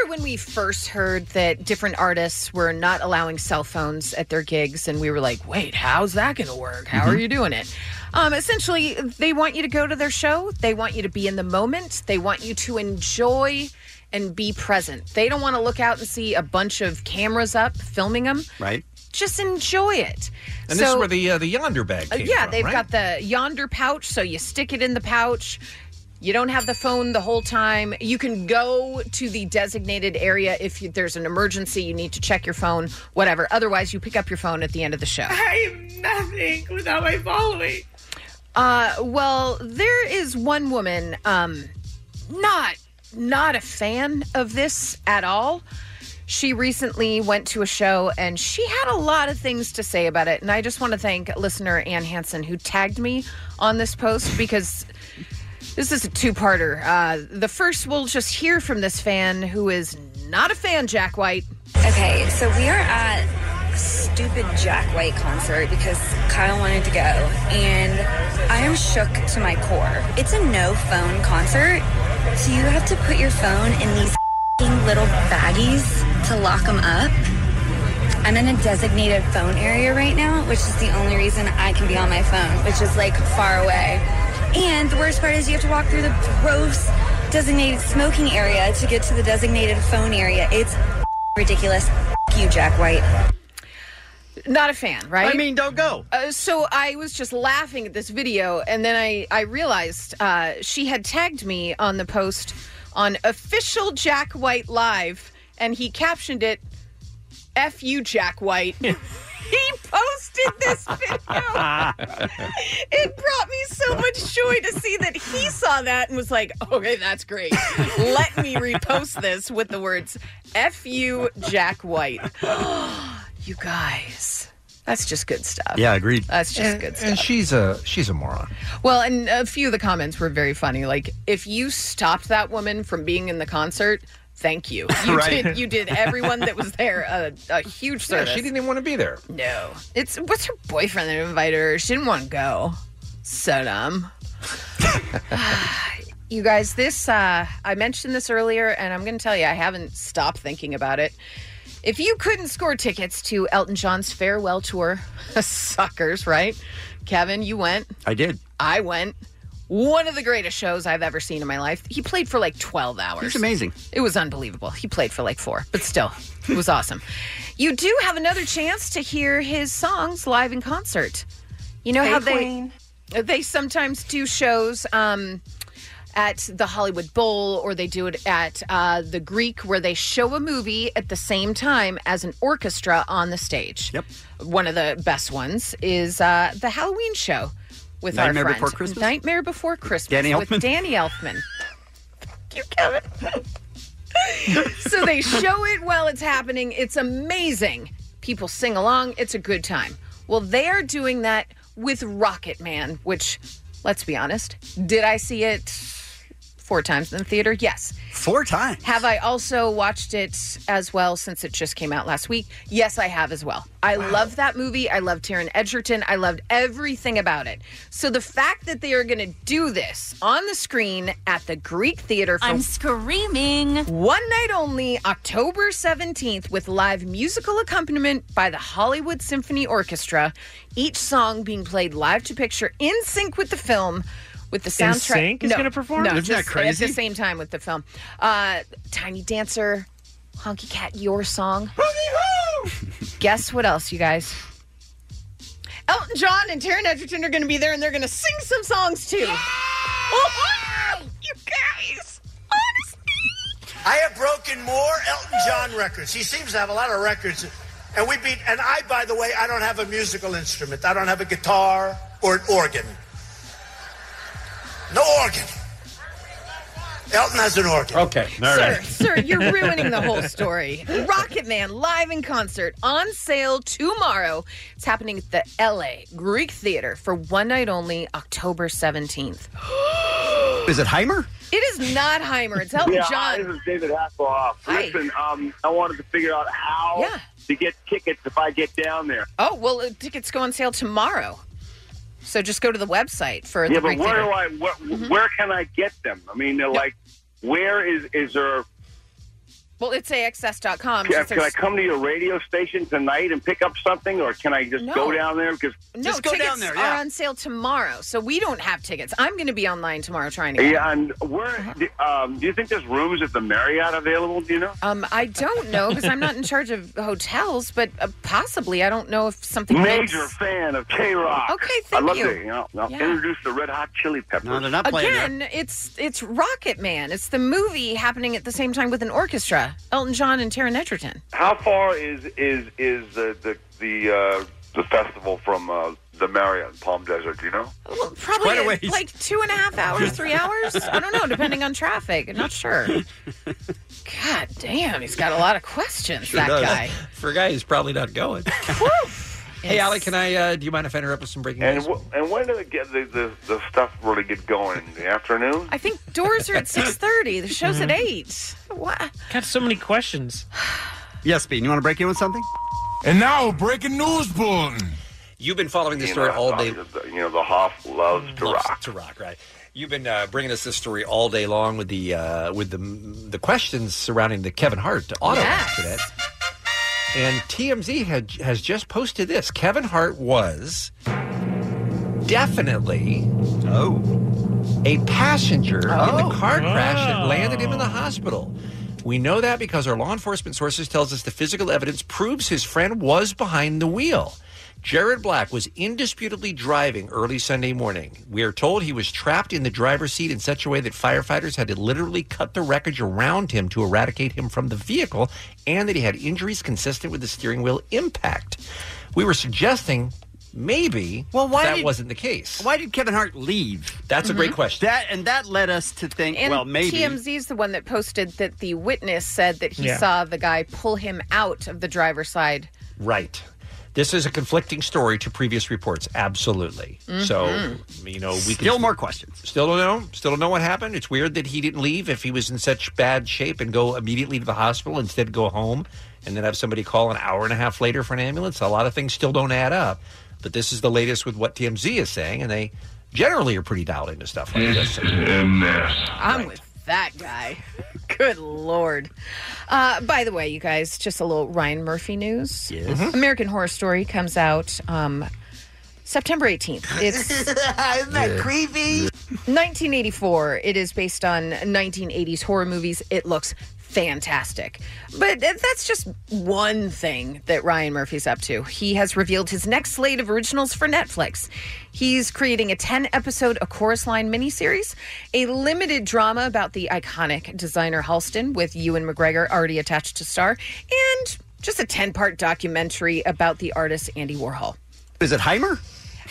remember when we first heard that different artists were not allowing cell phones at their gigs, and we were like, "Wait, how's that going to work? How Mm-hmm. are Mhm. you doing it?" Um, essentially, they want you to go to their show. They want you to be in the moment. They want you to enjoy and be present. They don't want to look out and see a bunch of cameras up filming them. Right. Just enjoy it. And so, this is where the uh, the yonder bag uh, came yeah, from, they've right? got the yonder pouch, so you stick it in the pouch. You don't have the phone the whole time. You can go to the designated area if you, there's an emergency, you need to check your phone, whatever. Otherwise, you pick up your phone at the end of the show. I am nothing without my following. Uh, well, there is one woman, um, not not a fan of this at all. She recently went to a show and she had a lot of things to say about it. And I just want to thank listener Ann Hansen who tagged me on this post because this is a two-parter. Uh, the first, we'll just hear from this fan who is not a fan, Jack White. Okay, so we are at a stupid Jack White concert because Kyle wanted to go, and I am shook to my core. It's a no phone concert, so you have to put your phone in these f***ing little baggies to lock them up. I'm in a designated phone area right now, which is the only reason I can be on my phone, which is like far away. And the worst part is you have to walk through the gross designated smoking area to get to the designated phone area. It's ridiculous. F- you, Jack White. not a fan, right? I mean, don't go. Uh, so I was just laughing at this video, and then I I realized uh, she had tagged me on the post on official Jack White live, and he captioned it "F you, Jack White." he posted this video. it brought me so much joy to see that he saw that and was like, "Okay, that's great. Let me repost this with the words "F you, Jack White." you guys. That's just good stuff. agreed. uh, That's just and, good And stuff. she's a she's a moron. Well, and a few of the comments were very funny. Like, if you stopped that woman from being in the concert, thank you. You Right. did. You did everyone that was there a, a huge Yeah, service. she didn't even want to be there. No, it's what's her boyfriend that invited her. She didn't want to go. So dumb. you guys, this uh, I mentioned this earlier, and I'm going to tell you, I haven't stopped thinking about it. If you couldn't score tickets to Elton John's farewell tour, suckers, right? Kevin, you went. I did. I went. One of the greatest shows I've ever seen in my life. He played for like 12 hours. It's amazing. It was unbelievable. He played for like four, but still, it was awesome. You do have another chance to hear his songs live in concert. You know Hey, how they Queen. they sometimes do shows um, at the Hollywood Bowl or they do it at uh, the Greek where they show a movie at the same time as an orchestra on the stage. Yep. One of the best ones is uh, the Halloween show with Nightmare our friend Before Christmas? Nightmare Before Christmas Danny Elfman? with Danny Elfman. so they show it while it's happening. It's amazing. People sing along. It's a good time. Well, they are doing that with Rocket Man, which, let's be honest, did I see it four times in the theater? Yes. Four times. Have I also watched it as well since it just came out last week? Yes, I have as well. I love that movie. I love Taryn Edgerton. I loved everything about it. So the fact that they are going to do this on the screen at the Greek Theater for I'm screaming. one night only, October 17th, with live musical accompaniment by the Hollywood Symphony Orchestra. Each song being played live to picture in sync with the film. With the soundtrack, NSYNC is gonna perform? No, Isn't that just crazy? At the same time with the film, uh, Tiny Dancer, Honky Cat, your song. Guess what else, you guys? Elton John and Taryn Edgerton are going to be there, and they're going to sing some songs too. you guys, I have broken more Elton John records. He seems to have a lot of records. And we beat, and I, by the way, I don't have a musical instrument. I don't have a guitar or an organ. No organ. Elton has an organ. Okay. Sir, sir, you're ruining the whole story. Rocket Man live in concert on sale tomorrow. It's happening at the LA Greek Theater for one night only, October 17th. Is it Heimer? It is not Heimer, it's Elton yeah, hi, John. This is David Hasselhoff. Hi. Listen, um, I wanted to figure out how to get tickets if I get down there. Oh, well, uh, tickets go on sale tomorrow. So just go to the website for yeah, the but Greek where Theater. Mm-hmm. do I? Where, where can I get them? I mean, they're like, where is is there Well, it's AXS.com. Can, Um, Just can I there's- come to your radio station tonight and pick up something, or can I just No. go down there? Because No, tickets are on sale tomorrow, so we don't have tickets. I'm going to be online tomorrow trying to get Yeah, and where Uh-huh. um, do you think there's rooms at the Marriott available? Do you know? Um, I don't know because I'm not in charge of hotels, but uh, possibly I don't know if something Major makes- fan of K Rock. Okay, I'd thank love you. To, you know, I'll Yeah. introduce the Red Hot Chili Peppers. No, they're Again, it's it's Rocket Man. It's the movie happening at the same time with an orchestra. Elton John and Taron Egerton. How far is is is the the the, uh, the festival from uh, the Marriott in Palm Desert? Do you know? Well, probably Quite a uh, ways. like two and a half hours, three hours. I don't know, depending on traffic. I'm not sure. God damn, he's got a lot of questions. Sure that does. guy. For a guy who's probably not going. hey, Allie, can I? Uh, do you mind if I interrupt with some breaking And news? w- and when do they get the, the the stuff really get going in the afternoon? I think doors are at six thirty. The show's at Mhm. eight. What? Got so many questions. Yes, Bean, you want to break in with something? And now, breaking news bulletin. You've been following this You story know, all day. You know, the Hoff loves to rock. Oh, To rock, right? You've been uh, bringing us this story all day long with the uh, with the the questions surrounding the Kevin Hart auto accident. And TMZ had, has just posted this: Kevin Hart was definitely oh a passenger in the car crash that landed him in the hospital. We know that because our law enforcement sources tells us the physical evidence proves his friend was behind the wheel. Jared Black was indisputably driving early Sunday morning. We are told he was trapped in the driver's seat in such a way that firefighters had to literally cut the wreckage around him to eradicate him from the vehicle and that he had injuries consistent with the steering wheel impact. We were suggesting maybe well, why that did- wasn't the case. Why did Kevin Hart leave? Mm-hmm. That's a great question. That and that led us to think, And well, maybe TMZ is the one that posted that the witness said that he Yeah. saw the guy pull him out of the driver's side. Right. This is a conflicting story to previous reports. Absolutely. Mhm. So, you know, we Still more questions. Mm-hmm. Still don't know. Still don't know what happened. It's weird that he didn't leave if he was in such bad shape and go immediately to the hospital instead go home and then have somebody call an hour and a half later for an ambulance. A lot of things still don't add up. But this is the latest with what TMZ is saying, and they generally are pretty dialed into stuff like this. I'm with that guy. Good lord. Uh, by the way, you guys, just a little Ryan Murphy news. Yes. Mhm. American Horror Story comes out um, September 18th. It's Isn't that Yeah. creepy? 1984. It is based on 1980s horror movies. It looks fantastic. But th- that's just one thing that Ryan Murphy's up to. He has revealed his next slate of originals for Netflix. He's creating a 10 episode A Chorus Line miniseries, a limited drama about the iconic designer Halston with Ewan McGregor already attached to star, and just a 10 part documentary about the artist Andy Warhol. is it Heimer?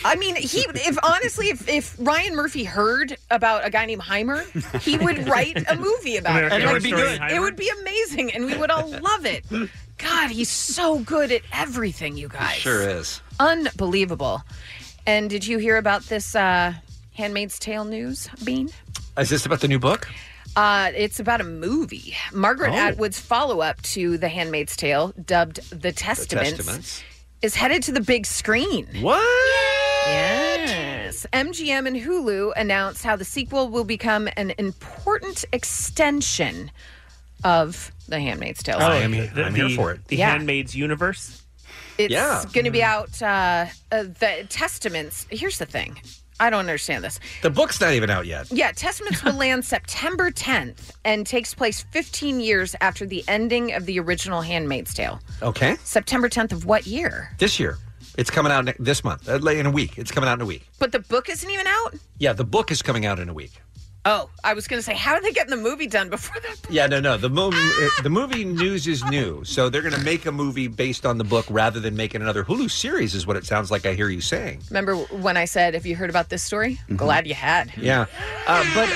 I mean, he if honestly, if, if Ryan Murphy heard about a guy named Heimer, he would write a movie about it. American Horror Like, Story Heimer? It would be amazing, and we would all love it. God, he's so good at everything, you guys. Sure is. Unbelievable. And did you hear about this uh, Handmaid's Tale news, Bean? Is this about the new book? Uh, it's about a movie. Margaret Oh. Atwood's follow up to The Handmaid's Tale, dubbed The Testaments, Testaments. is headed to the big screen. What? Yes. MGM and Hulu announced how the sequel will become an important extension of The Handmaid's Tale. Oh, the- the- The Hmm. Yeah. Handmaid's Universe. It's Yeah. going to be out. Uh, uh, the Testaments. Here's the thing. I don't understand this. The book's not even out yet. Yeah, Testaments will land September 10th and takes place 15 years after the ending of the original Handmaid's Tale. Okay. September 10th of what year? This year. It's coming out ne- this month, uh, in a week. It's coming out in a week. But the book isn't even out? Yeah, the book is coming out in a week. Oh, I was going to say, how are they getting the movie done before that? Yeah, no, no. The movie, the movie news is new, so they're going to make a movie based on the book rather than making another Hulu series. Is what it sounds like. I hear you saying. Remember when I said, have you heard about this story? Glad you had. Mm-hmm. Yeah, uh, but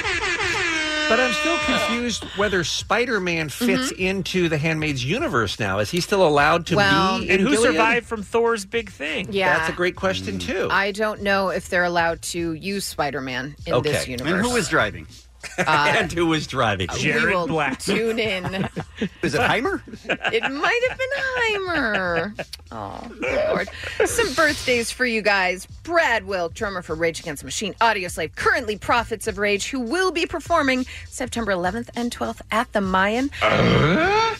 but I'm still confused whether Spider-Man Mm-hmm. fits into the Handmaid's universe now. Is he still allowed to Well- be? in And who Gilead? survived from Thor's big thing? Yeah. that's a great question too. I don't know if they're allowed to use Spider Man in okay, this universe. and who is driving? and who is driving? we will tune in. Is it Heimer? It might have been Heimer. Oh, Lord. Some birthdays for you guys. Brad Wilk, drummer for Rage Against the Machine, Audio Slave, currently Prophets Uh-huh. Uh-huh. of Rage, who will be performing September 11th and 12th at the Mayan.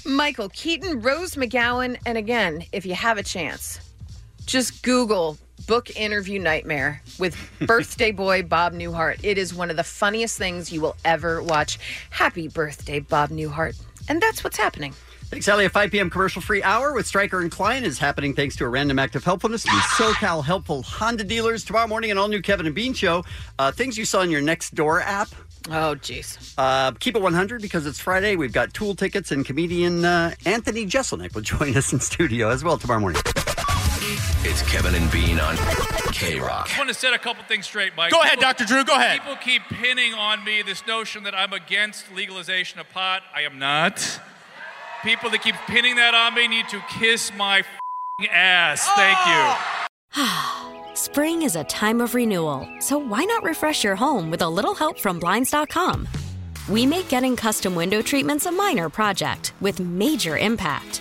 Michael Keaton, Rose McGowan, and again, if you have a chance, just Google book interview nightmare with birthday boy Bob Newhart. It is one of the funniest things you will ever watch. Happy birthday, Bob Newhart. And that's what's happening. Thanks, Ellie. A 5 p.m. commercial free hour with Stryker and Klein is happening thanks to a random act of helpfulness to the SoCal helpful Honda dealers. Tomorrow morning, an all new Kevin and Bean show. Uh, things you saw in your next door app. Oh, jeez. Uh, keep it 100 because it's Friday. We've got tool tickets, and comedian uh, Anthony Jeselnik will join us in studio as well tomorrow morning. It's Kevin and Bean on K Rock. I want to set a couple things straight, Mike. Go ahead, Dr. Drew, go ahead. People keep pinning on me this notion that I'm against legalization of pot. I am not. People that keep pinning that on me need to kiss my f***ing ass. Thank Oh! you. Spring is a time of renewal, so why not refresh your home with a little help from Blinds.com? We make getting custom window treatments a minor project with major impact.